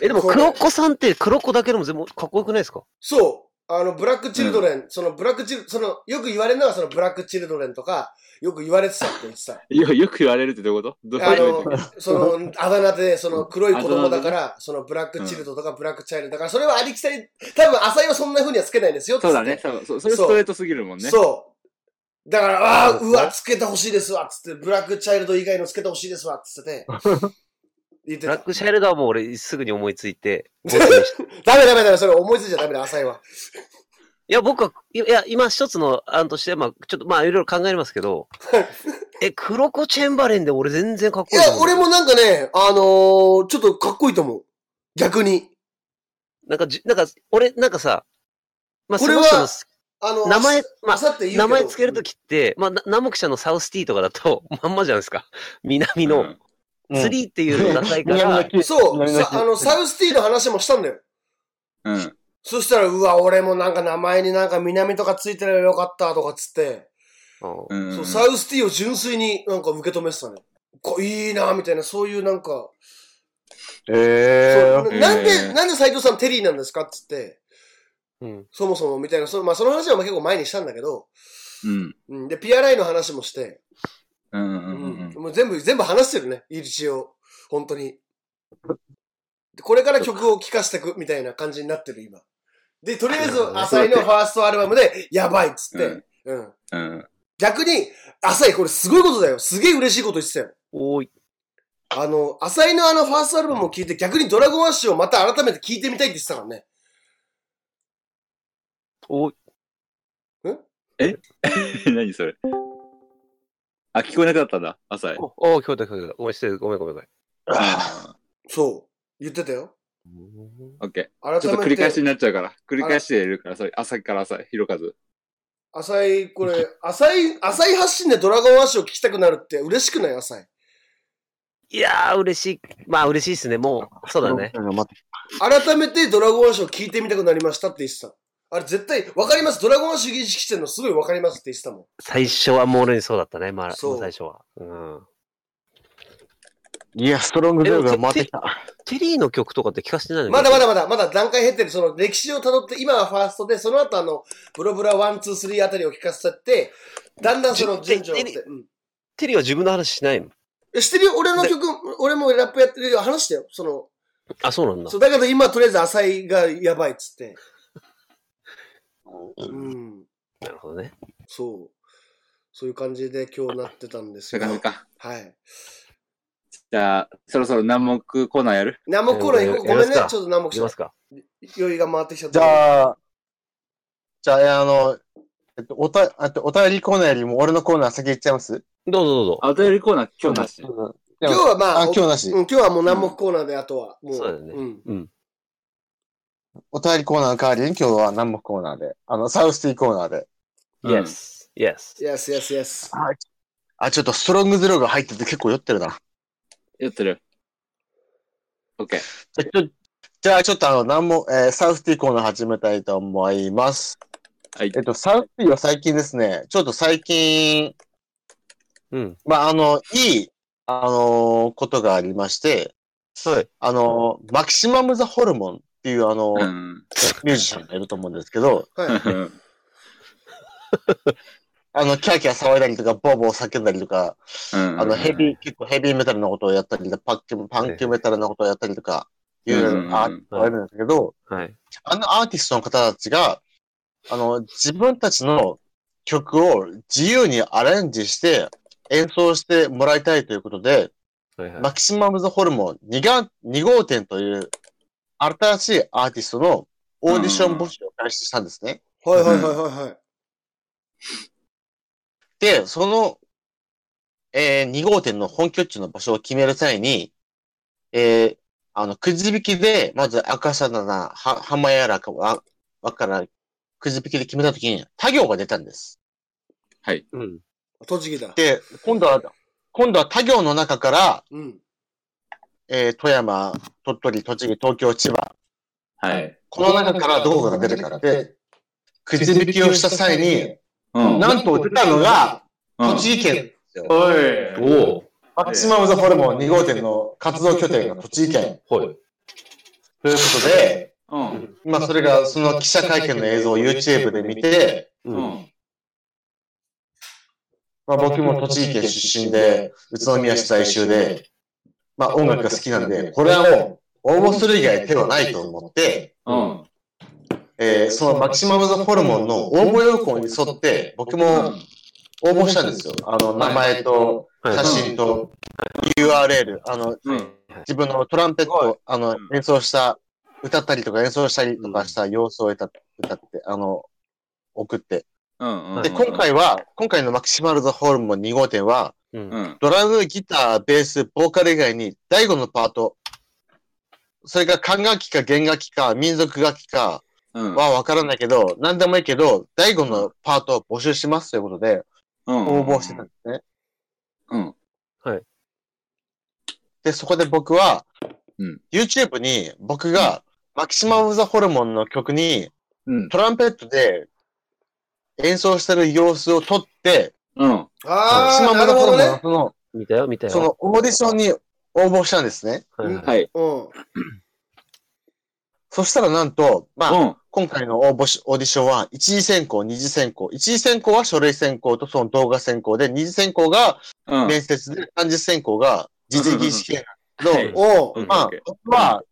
Speaker 4: え、でも
Speaker 1: これ
Speaker 4: 黒子さんって黒子だけでも全部かっこよくないですか
Speaker 1: そう。あの、ブラックチルドレン、そのブラックチル、その、よく言われるのはそのブラックチルドレンとか、よく言われてたって言ってた。
Speaker 3: よよく言われるってどういうことどう
Speaker 1: あ
Speaker 3: いうこと
Speaker 1: の、その、あだ名で、その黒い子供だから、そのブラックチルドとかブラックチャイルドだから、それはありきたり、多分浅井はそんな風にはつけないんですよっつって。
Speaker 3: そうだね。そうそうそれストレートすぎるもんね。
Speaker 1: そう。だから、ああ、
Speaker 2: そう
Speaker 1: う
Speaker 2: ですね
Speaker 1: わ、つけてほしいですわ、つって、ブラックチャイルド以外のつけてほしいですわ、つってて。言って
Speaker 4: ブ
Speaker 1: た
Speaker 4: ラッ。クシャイルダーも俺すぐに思いついて、ボツにしたい
Speaker 1: ダメダメダメ、それ思いついちゃダメだ、浅井は。
Speaker 4: や、僕は、いいや、今一つの案として、まあ、ちょっとまあ、いろいろ考えますけど、え、黒子チェンバレンで俺全然かっ
Speaker 1: い
Speaker 4: こいい
Speaker 1: や
Speaker 4: と、思う
Speaker 1: 俺もなんかね、あのー、ちょっとかっこいいと思う。逆に。
Speaker 4: なんかじ、なんか、俺、なんかさ、まあ、
Speaker 1: こ
Speaker 4: そ
Speaker 1: れは
Speaker 4: の人の好き
Speaker 1: あの、
Speaker 4: 名前、まあ
Speaker 1: あ、さって言うけど
Speaker 4: 名前つけるときって、まあ、な南北社のサウスティーとかだと、まんまじゃないですか。南
Speaker 3: う
Speaker 4: の
Speaker 3: ん
Speaker 2: うん
Speaker 4: ツリーっていうのダサいか
Speaker 2: 南の
Speaker 4: ら、
Speaker 2: 木
Speaker 1: そう、
Speaker 2: 南の
Speaker 1: さ
Speaker 2: 木
Speaker 1: あの、サウスティーの話もしたんだよ。
Speaker 3: うん。
Speaker 1: そしたら、うわ、俺もなんか名前になんか南とかついてればよかったとかっつって、
Speaker 4: う
Speaker 3: うん。
Speaker 1: そう、サウスティーを純粋になんか受け止めてたね。こいいなみたいな、そういうなんか、
Speaker 2: え
Speaker 1: そう
Speaker 2: ー。
Speaker 1: ななんで、
Speaker 3: えー
Speaker 1: なんで斎藤さんテリーなんですかっつって、
Speaker 4: んうん
Speaker 1: そもそもみたいな、そ,、まあ、その話はまあ結構前にしたんだけど、
Speaker 3: うん。
Speaker 1: うん、で、PRI の話もして、
Speaker 3: うんうん
Speaker 1: う
Speaker 3: うんうん
Speaker 1: ん、もう全部、全部話してるね、一応、本当に。でこれから曲を聴かせてくみたいな感じになってる、今。で、とりあえず、浅井のファーストアルバムで、やばいっつって、うん。
Speaker 3: うん。
Speaker 1: 逆に、浅井、これすごいことだよ。すげえ嬉しいこと言ってたよ。
Speaker 4: おーい。
Speaker 1: あの、浅井のあのファーストアルバムを聞いて、逆にドラゴンアッシュをまた改めて聞いてみたいって言ってたからね。
Speaker 4: おーい。
Speaker 3: 何それ。あ、聞こえなくなったんだ、浅井。
Speaker 4: おおー、聞こえた聞こえた。ごめん、失礼。ごめんごめんごめん。
Speaker 3: あ
Speaker 1: そう。言ってたよ。
Speaker 3: ーオッケ
Speaker 1: 改
Speaker 3: ー。ちょっと繰
Speaker 1: め、
Speaker 3: り返してになっちゃうから、繰り返しているから、それ、浅井から浅井、ひろかず。
Speaker 1: 浅井、これ、浅井、浅井発信でドラゴンアッシュを聞きたくなるって嬉しくない浅井。
Speaker 4: いやー、嬉しい。まあ、嬉しいですね。もう、そう だね。
Speaker 2: うん待って
Speaker 1: 改めてドラゴンアッシュを聞いてみたくなりましたって言ってた。あれ絶対、わかります。ドラゴンアッシュ意識してるのすごいわかりますって言ってたもん。
Speaker 4: 最初はもろにそうだったね。まあ、
Speaker 1: そう
Speaker 4: 最初は。うん。
Speaker 2: いや、ストロングゼロが回ってきた。
Speaker 4: テリーの曲とかって聞かせてないの
Speaker 1: まだまだまだ、まだ段階経ってる、その歴史を辿って、今はファーストで、その後あの、ブロブラ1、2、3あたりを聞かせちゃって、だんだんその順序を追って。
Speaker 4: じ
Speaker 1: うん
Speaker 4: テリーは自分の話しないの
Speaker 1: え、してるよ俺の曲、俺もラップやってるよ。話したよ。その、
Speaker 4: あ、そうなんだ
Speaker 1: そ。う、だけど今とりあえず浅井がやばいっつって。うん。
Speaker 4: なるほどね。
Speaker 1: そう。そういう感じで今日なってたんです
Speaker 3: そうい
Speaker 1: よ
Speaker 3: う感じか。
Speaker 1: はい。
Speaker 3: じゃあ、そろそろ南木コーナーやる
Speaker 1: 南木コーナー行こう。ごめんね。ち
Speaker 4: や
Speaker 1: ょ
Speaker 4: りま
Speaker 1: っ
Speaker 4: すか
Speaker 1: と南
Speaker 4: い
Speaker 1: 木
Speaker 4: き
Speaker 1: さ
Speaker 4: ますか。
Speaker 1: ん。酔いが回ってきちゃっ
Speaker 2: じ
Speaker 1: た。あ、
Speaker 2: ゃあ、じゃあ、あの、えっと、おた、あと、お便りコーナーよりも俺のコーナー先行っちゃいます
Speaker 4: どうぞどうぞ。
Speaker 3: あ、お便りコーナー今日なし
Speaker 2: う。ん
Speaker 1: 今日はまあ、
Speaker 2: あ、今日なし
Speaker 1: うん、。今日はもう南木コーナーで、あとは、もう。
Speaker 4: そうだよね
Speaker 1: ん。
Speaker 2: お便りコーナーの代わりに今日は南北コーナーで。あの、サウスティーコーナーで。
Speaker 3: うん
Speaker 4: Yes. Yes.
Speaker 1: イエスイエスイエス。
Speaker 2: あ、ちょっとストロングゼロが入ってて結構酔ってるな。
Speaker 3: やってる。オッケー。
Speaker 2: じゃあちょじゃあちょっとあの、南も、えーサウスティーコーナー始めたいと思います。
Speaker 3: はい
Speaker 2: えっと、サウスティーは最近ですね、ちょっと最近、
Speaker 4: うん。
Speaker 2: まあ、あの、いい、あのーことがありまして、
Speaker 4: はい。
Speaker 2: あのーマキシマム・ザ・ホルモンっていうあの、
Speaker 3: うん。
Speaker 2: ミュージシャンがいると思うんですけど、
Speaker 1: はい。
Speaker 2: あの、キャーキャー騒いだりとか、ボーボー叫んだりとか、
Speaker 3: あ
Speaker 2: あの、ヘビー、結構ヘビーメタルなことをやったりとか、パッキュ、パンキュメタルなことをやったりとか、い
Speaker 3: うん
Speaker 2: う
Speaker 3: うん
Speaker 2: アーティストがいるんですけど、
Speaker 4: はい。
Speaker 2: あのアーティストの方たちが、あの、自分たちの曲を自由にアレンジして演奏してもらいたいということで、
Speaker 4: はいはい。
Speaker 2: マキシマムズホルモン 2, が2号店という新しいアーティストのオーディション募集を開始したんですね。
Speaker 1: はいはいはいはいはい。
Speaker 2: で、その、えー、2号店の本拠地の場所を決める際に、えー、あの、くじ引きで、まず赤さだな、は、浜やらかわ、わから、くじ引きで決めたときに、他行が出たんです。
Speaker 4: うん。
Speaker 1: 栃木だ。
Speaker 2: で、今度は、今度は他行の中から、
Speaker 1: うん。
Speaker 2: えー、富山、鳥取、栃木、東京、千葉、
Speaker 3: はい。
Speaker 2: この中からどこが出るかって、くじ引きをした際に、
Speaker 3: うん。
Speaker 2: なんと出たのが、
Speaker 3: うん
Speaker 2: 栃木県なんですよ。
Speaker 3: おい。
Speaker 4: お
Speaker 2: マキシマムザホルモン2号店の活動拠点が栃木県。
Speaker 4: お。は
Speaker 2: と
Speaker 4: い。
Speaker 2: いうことで、
Speaker 3: うん。
Speaker 2: 今それがその記者会見の映像を YouTube で見て、
Speaker 4: う。
Speaker 3: うんん。
Speaker 2: まあ、僕も栃木県出身で、宇都宮市在住で、まあ音楽が好きなんで、これはもう応募する以外手はないと思って、
Speaker 3: うん。
Speaker 2: えーそのマキシマムザホルモンの応募要項に沿って、僕も応募したんですよ。あの、名前と
Speaker 4: はい
Speaker 2: 写真と URL、あの、
Speaker 3: うん。
Speaker 2: 自分のトランペットを、あの
Speaker 3: ん、
Speaker 2: 演奏した、歌ったりとか演奏したりとかした様子を歌って、歌って、あの、送って。
Speaker 3: うん。うん。
Speaker 2: で、今、回は、今回のマキシマルザホルモン2号店は、
Speaker 4: うん。
Speaker 3: うん。
Speaker 2: ドラム、ギター、ベース、ボーカル以外に、第5のパート、それが管楽器か弦楽器か民族楽器か
Speaker 3: うん。
Speaker 2: はわからないけど、何でもいいけど、第5のパートを募集しますということで、応
Speaker 3: 応
Speaker 2: 募してたん。ですね。
Speaker 3: うん。
Speaker 2: で、そこで僕は、
Speaker 3: うん、
Speaker 2: YouTube に僕が、マキシマム・ザ・ホルモンの曲に、
Speaker 3: うん。
Speaker 2: トランペットで演奏してる様子を撮って、
Speaker 3: うん。
Speaker 2: マキシ
Speaker 1: あ
Speaker 2: マ
Speaker 1: あ、な
Speaker 2: ム・ザ・
Speaker 1: る
Speaker 2: ホ
Speaker 1: ほ
Speaker 2: ルモ
Speaker 1: ど
Speaker 2: ンの
Speaker 1: ね。
Speaker 2: その、
Speaker 4: 見たよ、見たよ。
Speaker 2: そのオーディションに応募したんですね。
Speaker 4: はいはい
Speaker 3: はい。
Speaker 1: うん。
Speaker 2: そしたらなんと、まあ、
Speaker 3: うん。
Speaker 2: 今回の応募し、オーディションは、一次選考、二次選考。一次選考は書類選考とその動画選考で、二次選考が
Speaker 3: うん。
Speaker 2: 面接で、三次選考が実技試験の、
Speaker 3: はい
Speaker 1: おう
Speaker 3: うん
Speaker 2: ま
Speaker 3: オッ
Speaker 2: あ
Speaker 3: ケー、
Speaker 2: 僕は、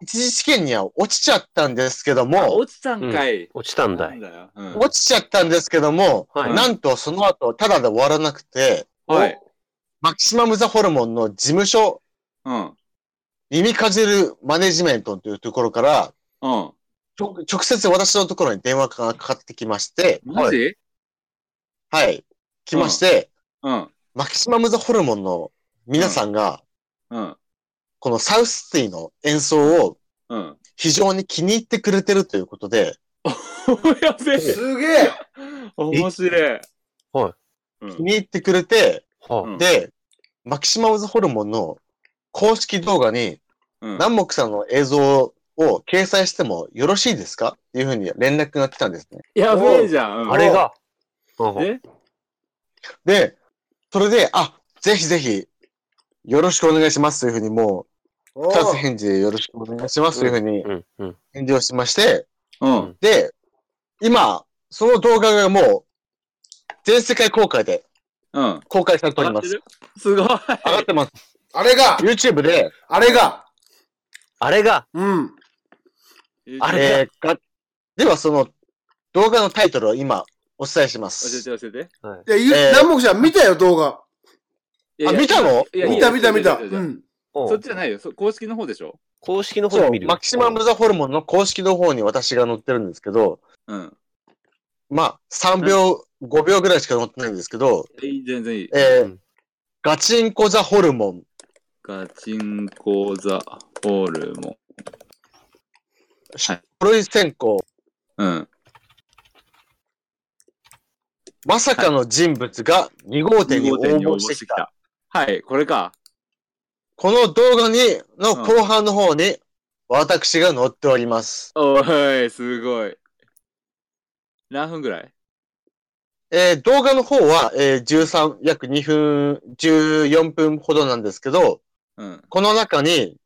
Speaker 2: 一次試験には落ちちゃったんですけど
Speaker 3: あ
Speaker 2: も、
Speaker 3: 落ちたんかい。
Speaker 4: 落ちたん
Speaker 3: な
Speaker 4: だ
Speaker 3: ん
Speaker 4: い。
Speaker 3: だよ。うん。
Speaker 2: 落ちちゃったんですけども、
Speaker 4: はい
Speaker 2: なんとその後、ただで終わらなくて、
Speaker 3: はい。
Speaker 2: マキシマム・ザ・ホルモンの事務所、
Speaker 3: うん。
Speaker 2: 耳かじるマネジメントというところから、
Speaker 3: うん。
Speaker 2: ちょ直接私のところに電話がかかってきまして、
Speaker 3: マジ
Speaker 2: はい、来まして、
Speaker 3: うん。
Speaker 2: マキシマム・ザ・ホルモンの皆さんが、
Speaker 3: うん。
Speaker 2: このサウスティの演奏を
Speaker 3: うん。
Speaker 2: 非常に気に入ってくれてるということで、
Speaker 3: やべえ。
Speaker 1: すげえ。
Speaker 3: 面白い。。
Speaker 4: はい
Speaker 3: うん
Speaker 2: 気に入ってくれて、
Speaker 4: は
Speaker 2: で、マキシマム・ザ・ホルモンの公式動画に
Speaker 3: うん。
Speaker 2: 南木さんの映像を掲載してもよろしいですかっていうふうに連絡が来たんですね。
Speaker 3: やべえじゃん。うん
Speaker 4: あ、あれが、うん
Speaker 3: え
Speaker 2: で、それで、あ、ぜひぜひ、よろしくお願いしますというふうに、も
Speaker 1: お
Speaker 2: う、
Speaker 1: う
Speaker 2: 二つ返事でよろしくお願いしますというふうに
Speaker 4: うん、うん。
Speaker 2: 返事をしまして、
Speaker 3: うん。
Speaker 2: で、今、その動画がもう、全世界公開で
Speaker 3: うん。
Speaker 2: 公開されておりま
Speaker 3: 上
Speaker 2: す。
Speaker 3: がってるす ごい。
Speaker 2: 上がってます。
Speaker 1: あれが、
Speaker 2: YouTube で、
Speaker 1: あれが。
Speaker 4: あれが、
Speaker 1: うん。
Speaker 4: あれ
Speaker 2: えーがではその動画のタイトルを今、お伝えしま
Speaker 3: 教えて
Speaker 2: す。
Speaker 3: 教えて。
Speaker 1: いや、ゆ
Speaker 2: えー
Speaker 1: 南北ちゃん見たよ、動画。
Speaker 3: いや
Speaker 2: あ、
Speaker 3: いや
Speaker 2: 見たの
Speaker 3: いやいや
Speaker 1: 見た見た見た。
Speaker 3: いうやいやいやいや
Speaker 1: ん。
Speaker 4: うん
Speaker 3: そっちじゃないよ。そ公式の方でしょ
Speaker 4: 公式の方
Speaker 2: そ
Speaker 4: で
Speaker 2: う
Speaker 4: 見る。
Speaker 2: マキシマム・ザ・ホルモンの公式の方に私が載ってるんですけど、
Speaker 3: うん。
Speaker 2: まあ、3秒、5秒ぐらいしか載ってないんですけど、
Speaker 3: いい全然いい。
Speaker 2: えー
Speaker 4: うん
Speaker 2: ガチンコ・ザ・ホルモン。
Speaker 3: ガチンコザホルモはい
Speaker 2: プロイ選考。
Speaker 3: ン。うん。
Speaker 2: まさかの人物が2号店に応募してきた。
Speaker 3: た。はい、これか。
Speaker 2: この動画に、の後半の方に、私が載っております。
Speaker 3: おい、すごい。何分ぐらい
Speaker 2: えー動画の方は、えー13、約2分、14分ほどなんですけど、
Speaker 3: うん。
Speaker 2: この中に、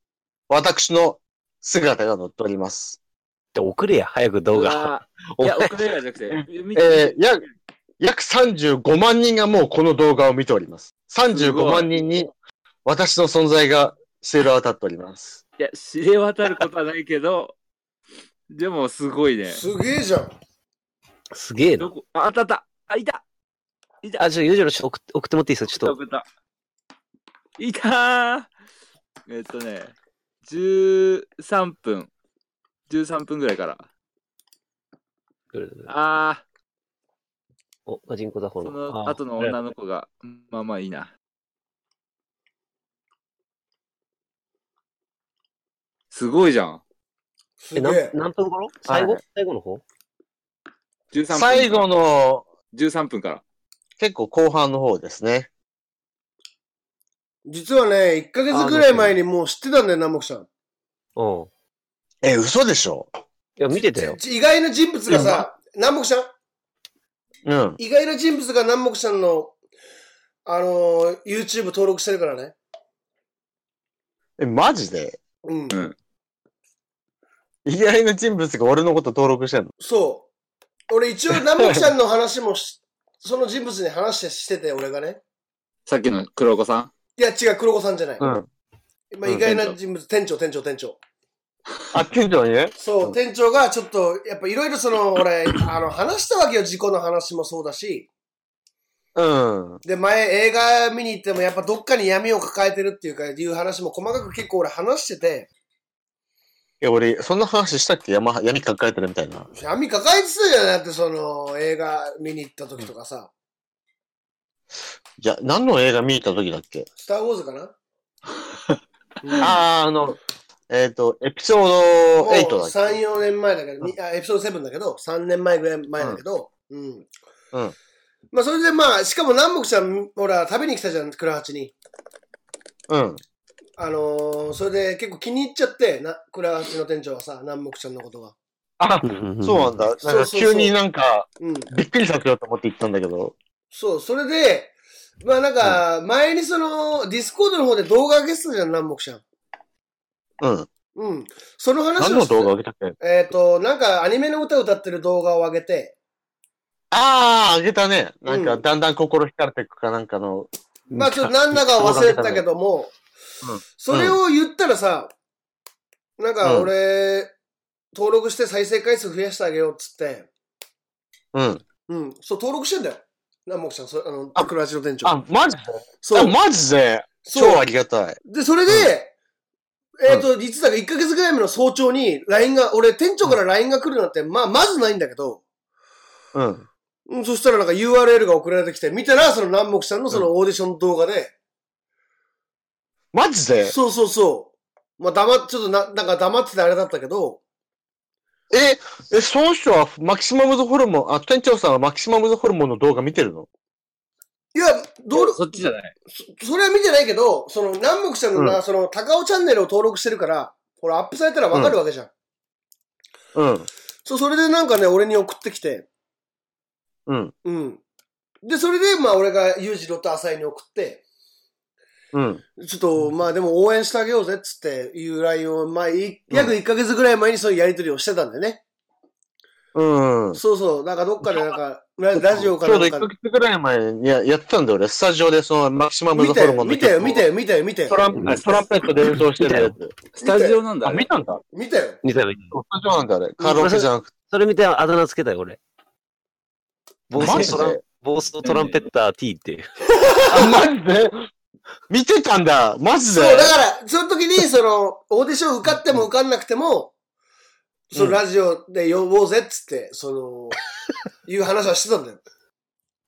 Speaker 2: 私の姿が載っております。
Speaker 4: って送れや、早く動
Speaker 3: う
Speaker 4: 画。
Speaker 3: わー。いや、送れるじゃなくて。見
Speaker 2: え
Speaker 3: て
Speaker 2: ー、や、約35万人がもうこの動画を見ております。
Speaker 3: す
Speaker 2: 35
Speaker 3: ごい
Speaker 2: 万人に私の存在が知れ渡っております。
Speaker 3: いや、知れ渡ることはないけど、でもすごいね。
Speaker 1: すげえじゃん。
Speaker 4: すげえな
Speaker 3: ど。こああったあったあ、いたいた
Speaker 4: あ、ちょ、ゆうじろ、ちょっと送って送ってもらっていいですかちょっと。
Speaker 3: 食べた。いたーえっとね、13分。13分ぐらいから。あ
Speaker 4: お、ガチンコザホ
Speaker 3: ー、
Speaker 4: ル
Speaker 3: そ
Speaker 4: モン。
Speaker 3: の後の女の子が、まあまあいいな。すごいじゃん。
Speaker 1: すげ
Speaker 4: え、な
Speaker 1: え。
Speaker 4: 何分頃最後
Speaker 2: は
Speaker 4: 最後の方
Speaker 3: 13分。
Speaker 2: 最後の
Speaker 3: 13分から。
Speaker 2: 結構後半の方ですね。
Speaker 1: 実はね、1ヶ月ぐらい前にもう知ってたんだよ、南北ちゃん。
Speaker 4: うん。
Speaker 2: え、嘘でしょ
Speaker 4: いや、見てたよ。
Speaker 1: ち意外な人物がさ、南北ちゃん
Speaker 2: うん。
Speaker 1: 意外な人物が南北ちゃんの、あのー、YouTube 登録してるからね。
Speaker 2: え、マジで
Speaker 1: うん。
Speaker 3: ん
Speaker 2: 意外な人物が俺のこと登録してんの
Speaker 1: そう。俺 一応南北ちゃんの話もしその人物に話してしてて、俺がね。
Speaker 3: さっきの黒子さん。
Speaker 1: いや、違う、黒子さんじゃない。
Speaker 2: うん。
Speaker 1: まあ、意外な人物、店長、店長、店長。
Speaker 2: あ、近所にね。
Speaker 1: そうう、
Speaker 2: ん
Speaker 1: 店長がちょっと、やっぱいろいろそ の、俺、あの、話したわけよ、事故の話もそうだし。
Speaker 2: うん。
Speaker 1: で、前映画見に行っても、やっぱどっかに闇を抱えてるっていうか、いう話も細かく結構俺話してて、
Speaker 2: え、俺、そんな話したっけ山、闇抱えてるみたいな。
Speaker 1: 闇抱えてたじゃん、だってその、映画見に行った時とかさ、
Speaker 2: いや、何の映画見に行った時だっけ
Speaker 1: スターウォーズかな
Speaker 2: あー、あの、えっ、と、エピソー
Speaker 1: も
Speaker 2: ド8だ
Speaker 1: う
Speaker 2: っけ
Speaker 1: 3、4年前だけど、みあエピソード7だけど、3年前ぐらい前だけど、うん。
Speaker 2: うん
Speaker 1: まあ、それでまあ、しかも南北ちゃん、ほら、食べに来たじゃん、倉八に。
Speaker 2: うん。
Speaker 1: あのーそれで結構気に入っちゃって、な、倉橋の店長はさ、南木ちゃんのことが。
Speaker 2: あ、そうなんだ。
Speaker 1: そ
Speaker 2: な
Speaker 1: うんそう
Speaker 2: か
Speaker 1: そう
Speaker 2: 急になんか、
Speaker 1: うん。
Speaker 2: びっくりさせようと思って行ったんだけど。
Speaker 1: そう、それで、まあなんか、前にその、ディスコードの方で動画上げてたじゃん、南木ちゃん。
Speaker 2: うん。
Speaker 1: うん。その話を
Speaker 2: 何の動画上げたっけ
Speaker 1: えっ、と、なんかアニメの歌を歌ってる動画を上げて、
Speaker 2: ああ、あげたね。なんか、
Speaker 1: うん
Speaker 2: だんだん心惹かれていくかなんかの。
Speaker 1: まあちょっと何だかは忘れたけども、
Speaker 2: うん
Speaker 1: それを言ったらさ、なんか俺、登録して再生回数増やしてあげようっつって、
Speaker 2: うん。
Speaker 1: うん、そう登録してんだよ。南木ちゃん、そあの、
Speaker 2: あ
Speaker 1: クラチの店長。
Speaker 2: あ、マジで
Speaker 1: そ
Speaker 2: あ
Speaker 1: う。
Speaker 2: マジで
Speaker 1: そ
Speaker 2: 超
Speaker 1: う
Speaker 2: あ。りがたい。
Speaker 1: で、それで、えっ、と、いつだか1ヶ月ぐらい前の早朝に LINE が、俺店長から LINE が来るなんて、まあまずないんだけど、
Speaker 2: うん。
Speaker 1: うん、そしたらなんか URL が送られてきて、見たらその南木さんのそのオーディションの動画で、
Speaker 2: マジで
Speaker 1: そうそうそう。まあ黙っ、ちょっとな、なんか黙っててあれだったけど、
Speaker 2: え、え、その人はマキシマムズホルモン、あ、店長さんはマキシマムズホルモンの動画見てるの
Speaker 1: いや、どう、
Speaker 3: そっちじゃない。
Speaker 1: そそれは見てないけど、その南木さんのな、その高尾チャンネルを登録してるから、ほら、アップされたらわかるわけじゃん。
Speaker 2: うん。
Speaker 1: そう、それでなんかね、俺に送ってきて、
Speaker 2: うん。
Speaker 1: うん。で、それで、まあ俺がユージロと浅井に送って、
Speaker 2: うん。
Speaker 1: ちょっと、まあでも応援してあげようぜっつっていうラインを、まあ、い約1ヶ月ぐらい前にそういうやりとりをしてたんだよね。
Speaker 2: うん。
Speaker 1: そうそう、なんかどっかでなんか、ララジオか
Speaker 2: ちょ
Speaker 1: な
Speaker 2: うんど
Speaker 1: か
Speaker 2: 1ヶ月ぐらい前にややってたんだよ、俺。スタジオでそのマキシマムズホルモンの
Speaker 1: 見たよ、
Speaker 2: 曲を
Speaker 1: 見たよ、見たよ、見たよ
Speaker 2: ト。ランあトランペットで演奏してるやつ。
Speaker 3: スタジオなんだ。
Speaker 2: あ、
Speaker 3: あれ
Speaker 2: 見たんだ。
Speaker 1: 見たよ。
Speaker 4: 見た目
Speaker 2: スタジオなんだ、あれ。カラオケじゃなくて。
Speaker 4: それ見てあだ名つけたよ、俺。暴
Speaker 2: マ
Speaker 4: 走
Speaker 2: ジ
Speaker 4: トラン
Speaker 2: で
Speaker 4: 暴走トランペッター T っていう。
Speaker 2: あ、マジで見てたんだ。マジで
Speaker 1: そう、だから、その時に、その、オーディション受かっても受かんなくても、そのラジオで呼ぼうぜっつって、その、いう話はしてたんだよ。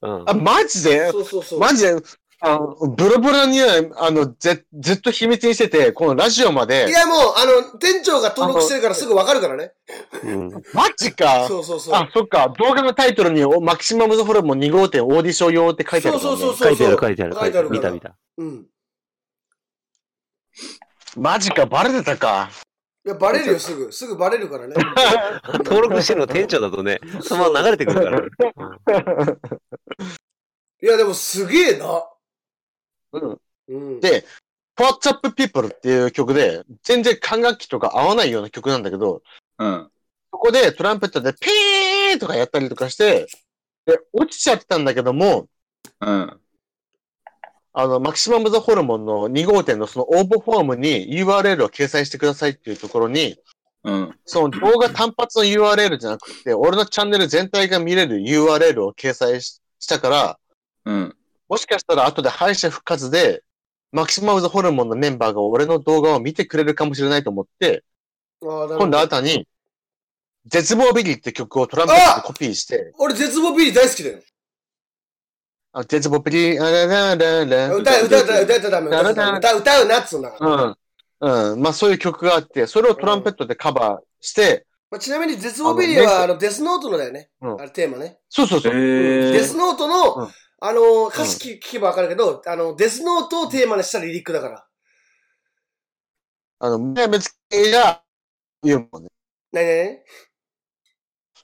Speaker 4: うん。
Speaker 2: あ、マジで
Speaker 1: そうそうそう。
Speaker 2: マジであの、ブロブロには、あの、ぜ、ずっと秘密にしてて、このラジオま
Speaker 1: い
Speaker 2: で、
Speaker 1: や、もう、あの、店長が登録してるからすぐわかるからね。
Speaker 4: うん
Speaker 2: マジか
Speaker 1: そうそうそう。
Speaker 2: あ、そっか。動画のタイトルに、おマキシマムズホルモン2号店オーディション用って書いてあるから、ね。
Speaker 1: そうそう
Speaker 4: 書いてある、書いてある、書いてある。
Speaker 1: 書い
Speaker 4: 見
Speaker 1: てある
Speaker 4: た、見
Speaker 1: か
Speaker 4: た。
Speaker 1: うん。
Speaker 2: マジか、バレてたか。
Speaker 1: いや、バレるよ、すぐ。すぐバレる からね。
Speaker 4: 登録してるの店長だとね、そのまま流れてくるから。
Speaker 1: いや、でもすげえな。
Speaker 2: うん。
Speaker 1: うん。
Speaker 2: で What's Up People っていう曲で、全然管楽器とか合わないような曲なんだけど、
Speaker 3: うん。
Speaker 2: そこでトランペットでピーとかやったりとかして、で、落ちちゃったんだけども、
Speaker 3: うん。
Speaker 2: あの、マキシマムザホルモンの2号店のその応募フォームに URL を掲載してくださいっていうところに、
Speaker 3: うん。
Speaker 2: その動画単発の URL じゃなくて、俺のチャンネル全体が見れる URL を掲載ししたから、
Speaker 3: うん。
Speaker 2: もしかしたら後で敗者復活で、マキシマムズホルモンのメンバーが俺の動画を見てくれるかもしれないと思って、
Speaker 1: あーなるほど
Speaker 2: 今度新たに、絶望ビリーって曲をトランペットでコピーして、
Speaker 1: 俺、絶望ビリー大好きだよ。
Speaker 2: あ絶望ビリー、あらららら
Speaker 1: 歌う、歌う、歌う、歌う、ダメ。歌う、歌う、歌うなっつうんだから。
Speaker 2: うん。うん。まあそういう曲があって、それをトランペットでカバーして、
Speaker 1: まあ、ちなみに、絶望ビリーは、あの、デスノートのだよね。
Speaker 2: うん
Speaker 1: あれ、テーマね。
Speaker 2: そうそうそう。
Speaker 3: え
Speaker 1: デスノートの、
Speaker 2: うん
Speaker 1: あの、歌詞聞聞けばわかるけど、あの、デスノートをテーマにしたリリックだから。
Speaker 2: あの、村別系が言うもんね。
Speaker 1: なになに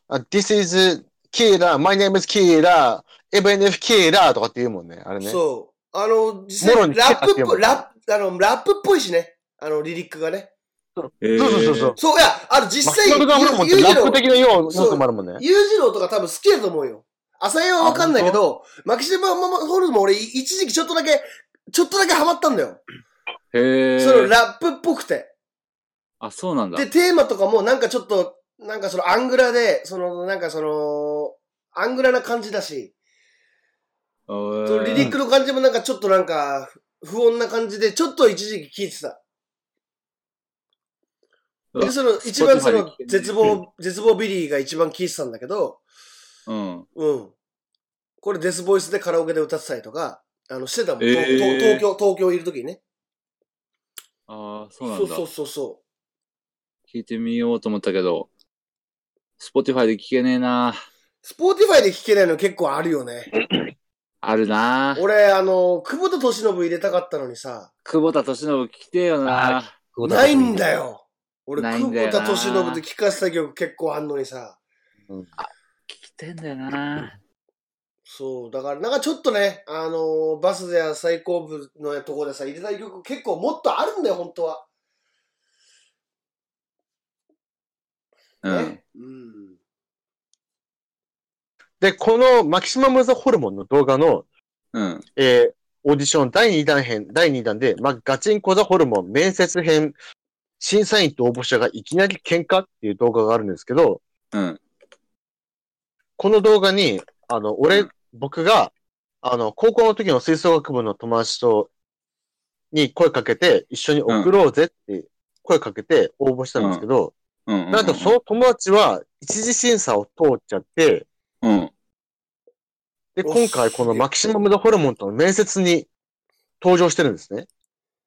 Speaker 2: あ This is Kira, my name is Kira, even if Kira とかって言うもんね。あれね。
Speaker 1: そう。あの、実
Speaker 2: もろ
Speaker 1: 際、
Speaker 2: に
Speaker 1: ラップっ
Speaker 2: 聞けば
Speaker 1: ぽい、
Speaker 2: わかる
Speaker 1: ラップ、あの、ラップっぽいしね。あの、リリックがね。
Speaker 3: ー
Speaker 2: そうそうそうそう。
Speaker 1: そう、いや、あの、実
Speaker 2: マ
Speaker 1: 際、
Speaker 2: キシマムズホルモンって
Speaker 1: ゆ
Speaker 2: ラ
Speaker 1: ゆうじ
Speaker 2: ッ
Speaker 1: ろ
Speaker 2: プ
Speaker 1: う
Speaker 2: 的な要素もあるもんね。
Speaker 1: 裕次郎とか多分好きだと思うよ。浅井はわかんないけど、マキシマムホルモン俺一時期ちょっとだけ、ちょっとだけハマったんだよ。
Speaker 3: へえ。
Speaker 1: そのラップっぽくて。
Speaker 3: あ、そうなんだ
Speaker 1: で、。テーマとかもなんかちょっと、なんかそのアングラで、その、なんかその、アングラな感じだし、そのリリッ
Speaker 3: ク。
Speaker 1: クの感じもなんかちょっとなんか、不穏な感じで、ちょっと一時期聞いてた。で、その、一番その、絶望、絶望ビリーが一番聞いてたんだけど、
Speaker 3: うん。
Speaker 1: うん。これデスボイスでカラオケで歌ってたりとか、あの、してたもん。
Speaker 3: えー
Speaker 1: 東東京、東京いる時にね。
Speaker 3: ああ、そうな
Speaker 1: そ
Speaker 3: ん
Speaker 1: う
Speaker 3: だ
Speaker 1: そ。うそうそ
Speaker 3: 聞いてみようと思ったけど、Spotify で聞けねえな。
Speaker 1: う。スポーティファイで聴けないの結構あるよね。
Speaker 3: あるなぁ
Speaker 1: 俺、あの、久保田敏信入れたかったのにさ、
Speaker 3: 久保田敏信来てよなぁ
Speaker 1: ないんだ。よ。俺、
Speaker 3: ない
Speaker 1: 久
Speaker 3: んだよ
Speaker 1: 保
Speaker 3: な
Speaker 1: 田敏信って聞かせた曲結構あんのにさ、
Speaker 3: 聞きてんだよな
Speaker 1: そう、だから、なんかちょっとね、あのーバスや最後部のとこでさ、入れたい曲結構もっとあるんだよ、本当は。
Speaker 3: ぁうん。
Speaker 1: ねうん。
Speaker 2: で、このマキシマムザホルモンの動画の、
Speaker 3: うん。
Speaker 2: えーオーディション第2弾編、第2弾で、ま、ガチンコザホルモン面接編、審査員と応募者がいきなり喧嘩っていう動画があるんですけど、
Speaker 3: うん。
Speaker 2: この動画に、あの、
Speaker 3: う
Speaker 2: 俺
Speaker 3: ん、
Speaker 2: 僕が、あの、高校の時の吹奏楽部の友達と、に声かけて、一緒に送ろうぜって声かけて応募したんですけど、
Speaker 3: うん。
Speaker 2: なんとその友達は一次審査を通っちゃって、
Speaker 3: うん。
Speaker 2: で、
Speaker 1: お
Speaker 2: 今回このマキシマムザホルモンとの面接に登場してるんですね。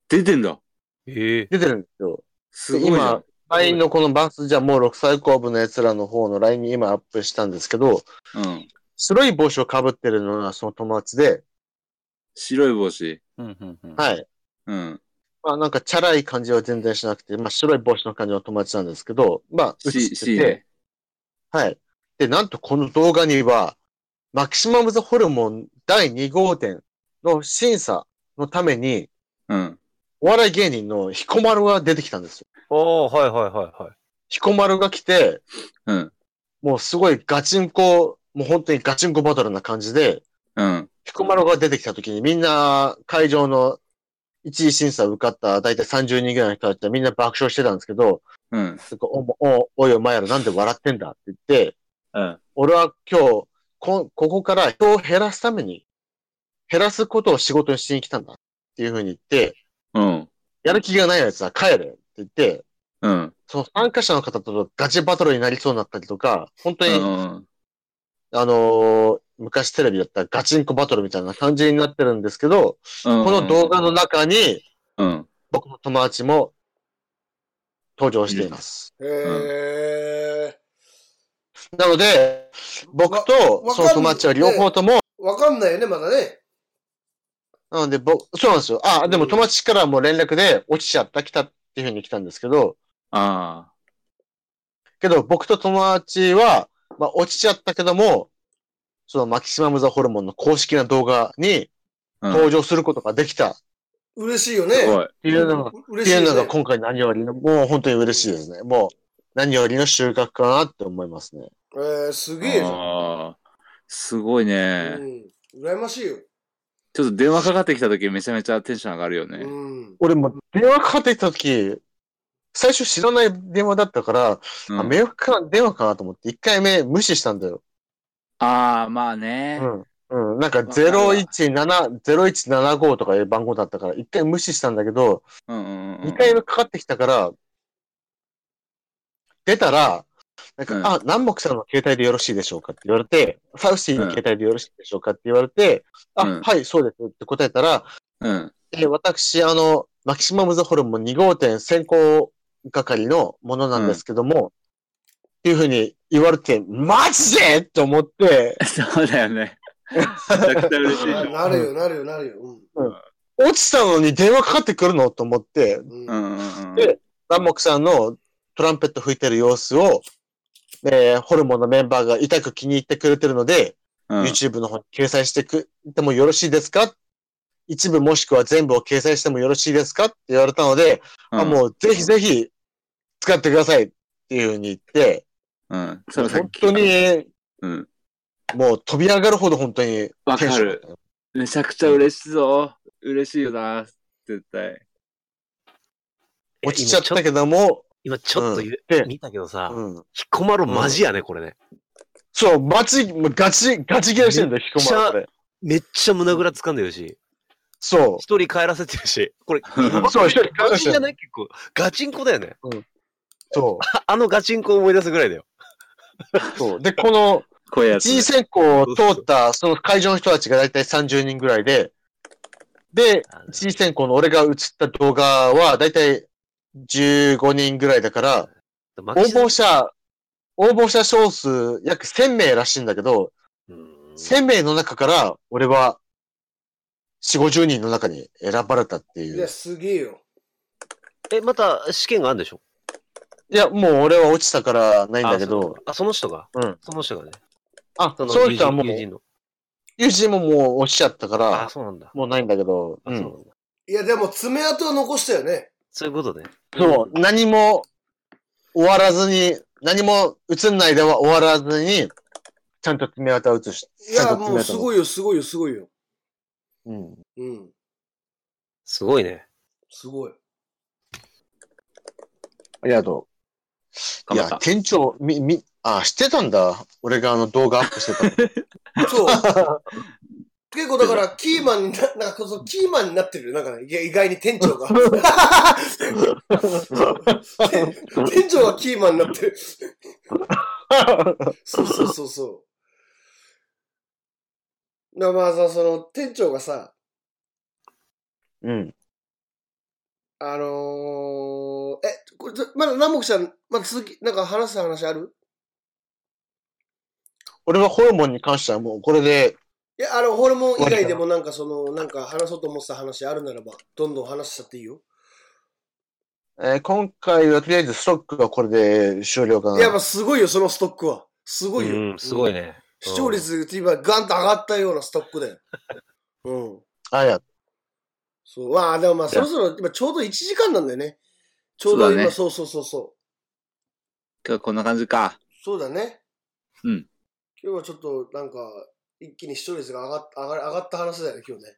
Speaker 3: 出てんだ。
Speaker 4: ええ。
Speaker 2: 出てるんですよ。
Speaker 3: す
Speaker 2: で
Speaker 3: ごいじゃん
Speaker 2: 今、LINE のこのバスじゃもう6歳後部の奴らの方の LINE に今アップしたんですけど、
Speaker 3: うん。
Speaker 2: 白い帽子をかぶってるのがその友達で、
Speaker 3: 白い帽子。
Speaker 5: うんうんうん。
Speaker 2: はい。
Speaker 3: うん。
Speaker 2: まあなんかチャラい感じは全然しなくて、まあ白い帽子の感じの友達なんですけど、まあ映っ
Speaker 3: C、
Speaker 2: て
Speaker 3: C
Speaker 2: て、
Speaker 3: ね。
Speaker 2: はい。で、なんとこの動画には、マキシマムズホルモン第2号店の審査のために、
Speaker 3: うん。
Speaker 2: お笑い芸人の彦丸が出てきたんですよ。
Speaker 4: ああ、はいはいはいはい。
Speaker 2: 彦丸が来て、
Speaker 3: うん。
Speaker 2: もうすごいガチンコ、もう本当にガチンコバトルな感じで、
Speaker 3: うん。
Speaker 2: 彦丸が出てきた時にみんな会場の一位審査を受かった大体30人ぐらいの人たちはみんな爆笑してたんですけど、
Speaker 3: うん。
Speaker 2: すごいおお、おいお前らなんで笑ってんだって言って、
Speaker 3: うん。
Speaker 2: 俺は今日、こ、ここから人を減らすために、減らすことを仕事にしに来たんだっていうふうに言って、
Speaker 3: うん。
Speaker 2: やる気がない奴は帰れって言って、
Speaker 3: うん。
Speaker 2: その参加者の方とガチバトルになりそうになったりとか、本当に、
Speaker 3: うん。
Speaker 2: あのー昔テレビだったらガチンコバトルみたいな感じになってるんですけど、こ
Speaker 3: こ
Speaker 2: の動画の中に
Speaker 3: うん。
Speaker 2: 僕の友達も登場しています。
Speaker 1: へえ。
Speaker 2: なので、僕と
Speaker 1: わ
Speaker 2: その友達は両方とも
Speaker 1: わかんないよね、まだね。
Speaker 2: なので、僕、そうなんですよ。あ、でも友達からも連絡で落ちちゃった、来たっていうふうに来たんですけど、
Speaker 3: あ
Speaker 2: けど僕と友達は、まあ落ちちゃったけども、そのマキシマムザホルモンの公式な動画に
Speaker 3: あ。うん
Speaker 2: 登場することができたっ
Speaker 1: 嬉しいよね。
Speaker 3: すごい。
Speaker 2: ていうのが、っ
Speaker 1: う嬉
Speaker 2: て
Speaker 1: しい
Speaker 2: い
Speaker 1: よね
Speaker 2: うのが今回何よりの、もう本当に嬉しいですね。もう何よりの収穫かなって思いますね。
Speaker 1: えー、すげえじゃん。
Speaker 3: あーすごいね。
Speaker 1: うん。羨ましいよ。
Speaker 3: ちょっと電話かかってきた時めちゃめちゃテンション上がるよね。
Speaker 1: うん。
Speaker 2: 俺も電話かかってきた時、最初知らない電話だったから、
Speaker 3: うん
Speaker 2: あ、迷惑か電話かなと思って一回目無視したんだよ。
Speaker 3: ああ、まあね。
Speaker 2: うん。うん。なんか
Speaker 3: わかるわ
Speaker 2: 017、0175とかいう番号だったから、一回無視したんだけど、
Speaker 3: うんうんうん。
Speaker 2: 二回目かかってきたから、出たら、なんか、
Speaker 3: うん
Speaker 2: あ、南北さんの携帯でよろしいでしょうかって言われて、サウシーの携帯でよろしいでしょうかって言われて、
Speaker 3: うん
Speaker 2: あ、はい、そうですって答えたら、
Speaker 3: うん。
Speaker 2: えー私、あの、マキシマムズホルモン2号店選考係のものなんですけども、っていうふうに言われて、マジでって思って、
Speaker 3: そうだよね。めちゃくちゃ嬉し い。
Speaker 1: ななるよ、なるよ、なるよ。うん
Speaker 2: 落ちたのに電話かかってくるのと思って、
Speaker 1: うん。
Speaker 3: うんうんうん。
Speaker 2: でラモクさんのトランペット吹いてる様子を、えーホルモンのメンバーが痛く気に入ってくれてるので、
Speaker 3: うん
Speaker 2: YouTube の方に掲載してくってもよろしいですか一部もしくは全部を掲載してもよろしいですかって言われたので、あ
Speaker 3: う
Speaker 2: もうぜひぜひ使ってくださいっていうふうに言って、
Speaker 3: ん。うん。それさ
Speaker 2: 本当に
Speaker 3: うん。
Speaker 2: もう飛び上がるほど本当に
Speaker 3: わか
Speaker 2: テ
Speaker 3: る
Speaker 2: ンションだった。
Speaker 3: めちゃくちゃ嬉しいぞ。嬉しいよな。絶 対。
Speaker 2: 落ちちゃったけども、
Speaker 4: 今ちょっと言う
Speaker 2: うんで
Speaker 4: 見たけどさ、
Speaker 2: うん、
Speaker 4: 彦摩呂マジやね、これね。
Speaker 2: そう、バチ、もうガチ、ガチ切れしてるんだよ、彦
Speaker 4: めっちゃ
Speaker 2: 摩呂これ。
Speaker 4: めっちゃ胸ぐら掴んでるし、
Speaker 2: そう
Speaker 4: 一。人帰らせてるし、これ、
Speaker 2: そう、一人
Speaker 4: ガチじゃない結構、ガチンコだよね。
Speaker 2: そ
Speaker 4: ああのガチンコを思い出すぐらいだよ。
Speaker 2: う。そう。で、この、
Speaker 3: こういうやつ。
Speaker 2: 一次選考を通った、その会場の人たちが大体30人ぐらいで、で、一次選考の俺が映った動画は大体15人ぐらいだから、
Speaker 4: 応
Speaker 2: 応募者、応募者少数約1000名らしいんだけど、1000名の中から俺は4、50人の中に選ばれたってい
Speaker 1: いうや、。すげえよ。
Speaker 4: え、また試験があるんでしょ
Speaker 2: いや、もう俺は落ちたからないんだけど、
Speaker 4: あ、その人が。
Speaker 2: うん。
Speaker 4: その人がね。
Speaker 2: あ、
Speaker 4: そ
Speaker 2: そ
Speaker 4: の
Speaker 2: の人はもう
Speaker 4: 友、人の。
Speaker 2: 友人ももう落ちちゃったか
Speaker 4: あ、
Speaker 2: ら、
Speaker 4: そうなんだ。
Speaker 2: もうないんだけど、
Speaker 4: あ、
Speaker 2: う
Speaker 4: そうんなんだ。
Speaker 1: いや、でも爪痕は残したよね。
Speaker 4: そういうことね。
Speaker 2: そう、何も終わらずに、何も映んないでは終わらずに、ちゃんと爪痕を映し、
Speaker 1: い
Speaker 2: ちゃ
Speaker 1: や、
Speaker 2: んと爪
Speaker 1: も
Speaker 2: 痕を
Speaker 1: うすごいよ、すごいよ、すごいよ。
Speaker 2: うん。
Speaker 1: うん。
Speaker 4: すごいね。
Speaker 1: すごい。
Speaker 2: ありがとう。い
Speaker 3: 頑張っ
Speaker 2: や
Speaker 3: た、。
Speaker 2: 店長、み、み、あ、知ってたんだ。俺があの動画アップしてたの。
Speaker 1: そう。結構だから、キーマンにな、なんかそのキーマンになってるよ。なんか、いや意外に店 長が。店店長がキーマンになってる。そうそうそうそう。な、まあさ、その、店長がさ、
Speaker 2: うん。
Speaker 1: あのー、え、これ、まだ南北ちゃん、まだ続き、なんか話す話ある
Speaker 2: 俺はホルモンに関してはもうこれで、
Speaker 1: いや、あの、ホルモン以外でもなんかその、なんか話そうと思ってた話あるならば、どんどん話しちゃっていいよ。
Speaker 2: えー今回はとりあえずストックはこれで終了かな。
Speaker 1: いや、まあすごいよ、そのストックは。すごいよ。
Speaker 4: うん、すごいね。
Speaker 1: 視聴率今ガンと上がったようなストック だよ。うん。
Speaker 2: あ、いや、
Speaker 1: そう。まあ、でもまあ、そろそろ今ちょうど1時間なんだよね。ちょうど
Speaker 3: そうだ
Speaker 1: 今、
Speaker 3: ね
Speaker 1: そう,、そうそうそう。
Speaker 3: 今日こんな感じか。
Speaker 1: そうだね。
Speaker 3: うん。
Speaker 1: 今日はちょっと、なんか、一気に視聴率が上がっ上が上がった話だよね、今日ね。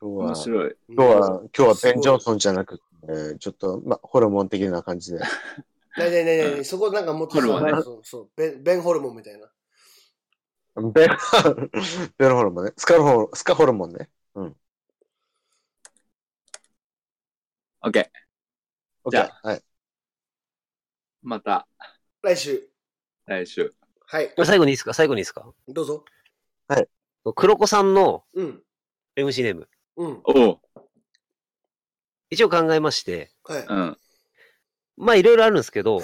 Speaker 2: 今日
Speaker 3: 面
Speaker 2: は、
Speaker 3: 白
Speaker 1: う
Speaker 3: い。
Speaker 1: ん
Speaker 2: 今日は、。今日はベン・ジョンソンじゃなくて、えーちょっと、ま、ホルモン的な感じで。
Speaker 1: なになになになに、そこなんかもっとさ
Speaker 3: ホルモンね
Speaker 1: そうそうベン、ベンホルモンみたいな。
Speaker 2: ベン、ベンホルモンね。スカルホル、スカホルモンね。
Speaker 3: オッケー。
Speaker 2: OK
Speaker 3: じゃ
Speaker 2: はい。
Speaker 3: また
Speaker 1: 来週。
Speaker 3: 来週。
Speaker 1: はい、
Speaker 4: 最後にいいですか最後にいいですか
Speaker 1: どうぞ。
Speaker 4: 黒子さんの
Speaker 1: うん。
Speaker 4: MC ネーム。
Speaker 1: うん。
Speaker 3: おう。
Speaker 4: 一応考えまして、
Speaker 1: はい。
Speaker 3: うん。
Speaker 4: まあいろいろあるんですけ ど、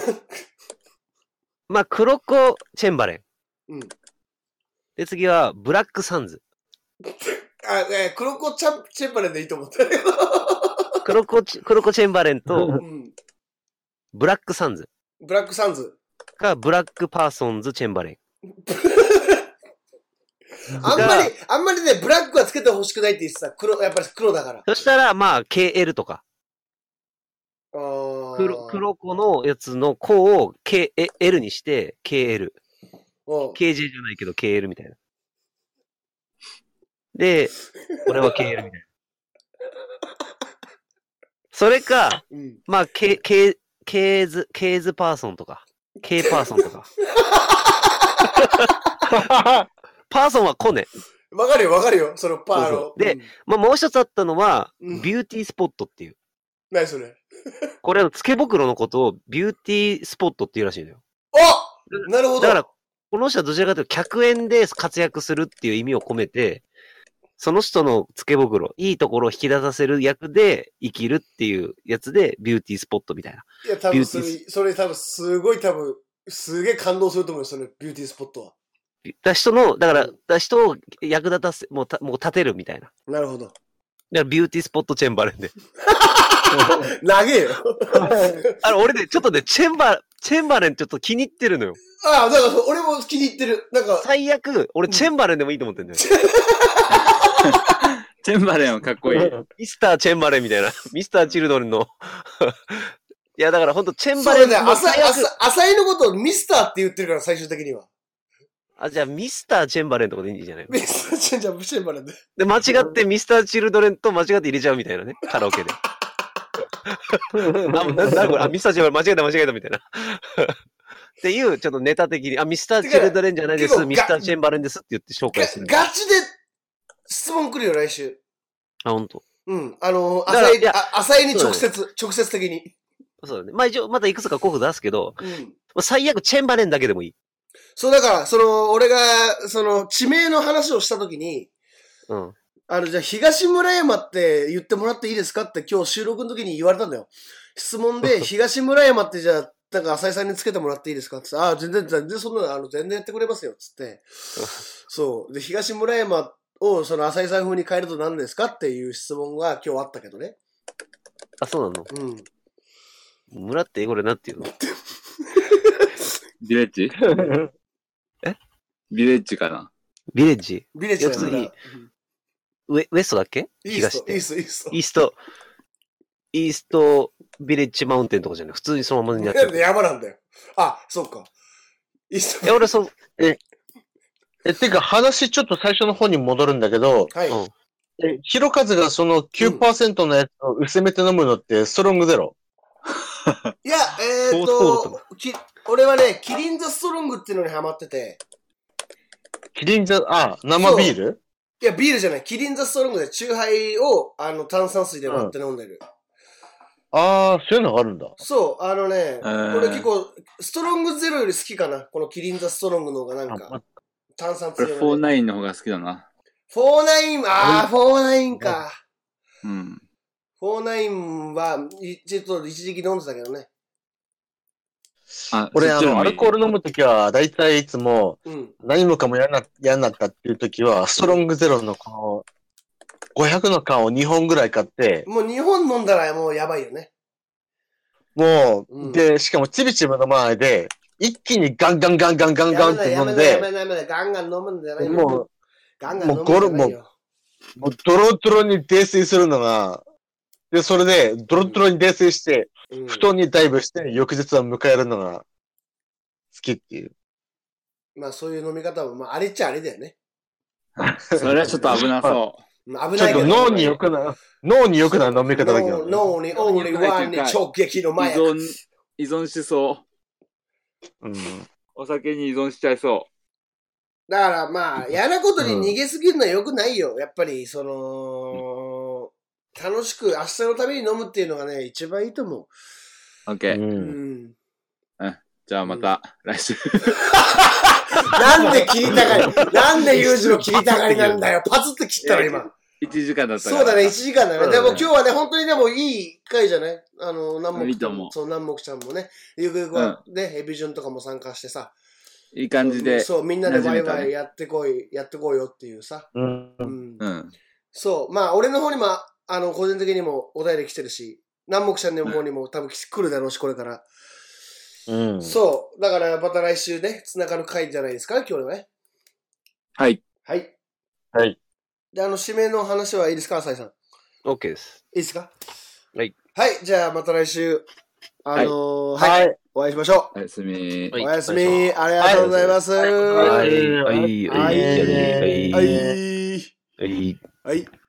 Speaker 4: まあ黒子チェンバレン。
Speaker 1: うん。
Speaker 4: で、次はブラックサンズ。
Speaker 1: あ、えー、クロコチャンチェンバレンでいいと思った よ。
Speaker 4: 黒子チ、 黒子チェンバレンと
Speaker 1: うん。
Speaker 4: ブラックサンズ
Speaker 1: ブラックサンズ。
Speaker 4: かブラックパーソンズチェンバレン。
Speaker 1: あんまり、あんまりね、ブラックはつけてほしくないって言ってた。黒、やっぱり黒だから。
Speaker 4: そしたら、まあ KL とか、
Speaker 1: あー
Speaker 4: 黒、。黒子のやつの子を KL にして KL。
Speaker 1: うん
Speaker 4: KJ じゃないけど KL みたいな。で、俺は KL みた いな。それか、
Speaker 1: うん。
Speaker 4: まあ、K、K、K ズ、K ズパーソンとか、K パーソンとか。パーソンはコネ。
Speaker 1: わかるよ、わかるよ。そのパー
Speaker 4: そう
Speaker 1: の
Speaker 4: そ。うで
Speaker 1: うん、
Speaker 4: まあ、もう一つあったのは、
Speaker 1: うん
Speaker 4: ビューティースポットっていう。
Speaker 1: 何それ。
Speaker 4: これは、付け袋のことをビューティースポットっていうらしいのよ。
Speaker 1: おなるほど。
Speaker 4: だから、この人はどちらかというと、客演で活躍するっていう意味を込めて、その人の付け袋、いいところを引き出させる役で生きるっていうやつで、ビューティースポットみたいな。
Speaker 1: いや、多分それ
Speaker 4: ビュー、
Speaker 1: それ多分、すごい多分、すげえ感動すると思うよ、そのビューティースポットは。
Speaker 4: だから人の、だから、だから人を役立たせ、もうた、もう立てるみたいな。だか
Speaker 1: なるほど。
Speaker 4: ら、ビューティースポットチェンバレンで。
Speaker 1: 長えよ。
Speaker 4: あれ、俺ね、ちょっとね、チェンバ、チェンバレンちょっと気に入ってるのよ。
Speaker 1: ああ、だからそう俺も気に入ってる。なんか、
Speaker 4: 最悪、俺、チェンバレンでもいいと思ってんだよ。
Speaker 3: チェンバレンはかっこいい。
Speaker 4: ミスター・チェンバレンみたいな。ミスター・チルドレンの。 いや、だからほんと、チェンバ
Speaker 1: そ
Speaker 4: レ
Speaker 1: う
Speaker 4: ン
Speaker 1: だね、
Speaker 4: の
Speaker 1: 浅
Speaker 4: 最
Speaker 1: 井、
Speaker 4: 悪
Speaker 1: 浅浅井のことをミスターって言ってるから、最終的には。
Speaker 4: あ、じゃあ、ミスター・チェンバレンとかでいいんじゃないの
Speaker 1: ミスターチェンジャー、ブシェンバレンで。
Speaker 4: で、間違ってミスター・チルドレンと間違って入れちゃうみたいな ね。カラオケで。あ、ななんだこれあ、ミスター・チルドレン間違えた間違えたみたいな。っていう、ちょっとネタ的に、あ、ミスター・チルドレンじゃないで
Speaker 1: てか
Speaker 4: す、
Speaker 1: が
Speaker 4: ミスター・チェンバレンですって言って紹
Speaker 1: が
Speaker 4: 介する。
Speaker 1: ガチで質問来るよ、来週。
Speaker 4: あ、ほんと。
Speaker 1: うん。あのー、
Speaker 4: だから
Speaker 1: 浅
Speaker 4: い
Speaker 1: 井、
Speaker 4: や
Speaker 1: あ浅井に直接、直接的に。
Speaker 4: そうだね。まあ一応、またいくつか候補出すけど、
Speaker 1: うん。
Speaker 4: まあ最悪チェンバレンだけでもいい。
Speaker 1: そう、だから、その、俺が、その、地名の話をしたときに、
Speaker 4: うん。
Speaker 1: あの、じゃあ、東村山って言ってもらっていいですかって今日収録の時に言われたんだよ。質問 で、東村山ってじゃあ、なんか浅井さんにつけてもらっていいですかって言 ってああ、全然、全然そんなの、あの、全然やってくれますよ、つって。そう。で、東村山をその浅井さん風に変えると何ですかっていう質問が今日あったけどね。
Speaker 4: あ、そうな
Speaker 1: うん。
Speaker 4: の村って英語でなんて言うの
Speaker 3: ビレッジ
Speaker 4: え
Speaker 3: ビレッジかな
Speaker 4: ビレッジ
Speaker 1: ビレッジだから
Speaker 4: いや普ウェウエストだっけ
Speaker 1: イース
Speaker 4: 東っ
Speaker 1: ト、イ
Speaker 4: て
Speaker 1: ー。スト、イースト。
Speaker 4: イースト、イーストビレッジマウンテンとかじゃない普通にそのままになっちゃ
Speaker 1: なん
Speaker 4: う
Speaker 1: で。山なんだよ。あ、そうか。イース
Speaker 4: え、
Speaker 1: ト。
Speaker 4: 俺そう、
Speaker 2: え、てか話ちょっと最初の方に戻るんだけど、
Speaker 1: はい。
Speaker 4: うん
Speaker 2: え、ひろかずがその9%のやつを薄めて飲むのってストロングゼロ。
Speaker 1: いや、えー、っ
Speaker 4: そうそうだ
Speaker 1: と、き俺はね、キリンザストロングっていうのにハマってて、
Speaker 2: キリンザ、あ、生ビール
Speaker 1: いや、ビールじゃない、キリンザストロングで、チューハイを、あの、炭酸水で割って飲んでる。
Speaker 2: ああ、そういうのがあるんだ。
Speaker 1: そう、あのね、
Speaker 3: ー
Speaker 1: 俺結構、ストロングゼロより好きかな。このキリンザストロングの方がなん
Speaker 2: あま
Speaker 1: か、炭酸
Speaker 3: こ
Speaker 1: 強
Speaker 3: れ
Speaker 1: いのね。
Speaker 3: 49の方が好きだな。
Speaker 1: フォーナイン、あー、フォーナインか。
Speaker 3: うん。
Speaker 1: フォーナインは、いちょっと一時期飲んでたけどね。
Speaker 3: あ、
Speaker 2: 俺、
Speaker 3: そ
Speaker 2: あ
Speaker 3: っち
Speaker 2: の、
Speaker 3: も
Speaker 2: ア
Speaker 3: いい
Speaker 2: ルコール飲むときは、だいたいいつも、
Speaker 1: うん。
Speaker 2: 何もかも嫌な、嫌になったっていうときは、ストロングゼロのこの、500の缶を2本ぐらい買って、
Speaker 1: もう日本飲んだらもうやばいよね。
Speaker 2: もう、
Speaker 1: うん
Speaker 2: で、しかもちびちびの前で、一気にガンガンガンガンガンガンって飲ん
Speaker 1: やめ
Speaker 2: で、
Speaker 1: ないやめないやめないやめないガンガン飲むんじゃないよ。
Speaker 2: もう、
Speaker 1: ガンガン飲むんじゃ
Speaker 2: も
Speaker 1: な
Speaker 2: う
Speaker 1: い
Speaker 2: ゴル
Speaker 1: よ。
Speaker 2: もうドロドロに泥酔するのが、で、それで、ドロドロに泥酔して、
Speaker 1: うん
Speaker 2: 布団にダイブして、翌日は迎えるのが、好きっていう。
Speaker 1: まあそういう飲み方も、まああれっちゃあれだよね。
Speaker 3: それはちょっと危 なそ
Speaker 1: まあ危
Speaker 2: ちょ
Speaker 1: な
Speaker 2: っ
Speaker 1: いけ
Speaker 2: と
Speaker 1: ど。
Speaker 2: 脳に良くな、脳に良くな飲み方だけど、ね。
Speaker 1: 脳に、脳に、
Speaker 3: 良くな
Speaker 1: ワ
Speaker 3: い
Speaker 1: ン
Speaker 3: と
Speaker 1: に
Speaker 3: いうか
Speaker 1: 直撃の
Speaker 3: う。依
Speaker 1: 前。
Speaker 3: 存、依存しそう。
Speaker 2: うん。
Speaker 3: お酒に依存しちゃいそ
Speaker 1: だからまあ、嫌なことに逃げすぎるのは良くないよ。やっぱり、その、楽しく明日のために飲むっていうのがね、一番いいと思
Speaker 3: う。
Speaker 2: う。
Speaker 3: OK。
Speaker 1: う。うんん。
Speaker 3: じゃあまた来週。
Speaker 1: なんで切りたがり、なんでユージの切りたがりなんだよ。パツって切ったの今。
Speaker 3: 1時間だったから。
Speaker 1: そうだね、1時間だ
Speaker 4: そう
Speaker 1: ね。
Speaker 4: だ
Speaker 1: で
Speaker 4: ね
Speaker 1: も今日はね、本当にでもいい回じゃないあの、南
Speaker 3: いい
Speaker 1: 木
Speaker 3: と思う
Speaker 1: そう、南木ちゃんもね、ゆくゆくはね、ヘビジョンとかも参加してさ、
Speaker 3: いい感じで。
Speaker 1: そう、みんなでワイ
Speaker 3: 馴染め
Speaker 1: ワ
Speaker 3: た
Speaker 1: イ
Speaker 3: ね
Speaker 1: やってこい、やってこいよっていうさ。
Speaker 2: うん。
Speaker 1: うん
Speaker 3: う。ん。
Speaker 1: そう、まあ、俺の方にも、あの、個人的にもお便り来てるし、南木ちゃんの方にも多分来るだろうし、これから。
Speaker 2: うん。
Speaker 1: そう、だからまた来週ね、つながる回じゃないですか、今日はね。
Speaker 3: はい。
Speaker 1: はい。
Speaker 2: はい。
Speaker 1: で、あの、指名の話はいいですか、浅井さん。
Speaker 4: OK です。
Speaker 1: いいですか
Speaker 4: はい。
Speaker 1: はい、じゃあまた来週、あのーはい、
Speaker 2: はい。
Speaker 1: お会いしましょ
Speaker 3: おやすみ。
Speaker 1: う。
Speaker 4: はい
Speaker 1: おやす
Speaker 4: お願い
Speaker 1: み、
Speaker 4: し
Speaker 1: ありがとうございます。
Speaker 2: はい
Speaker 1: は。
Speaker 4: はいい、
Speaker 2: は
Speaker 4: はいい、はい、
Speaker 1: は
Speaker 4: はいい、。はい。
Speaker 1: はい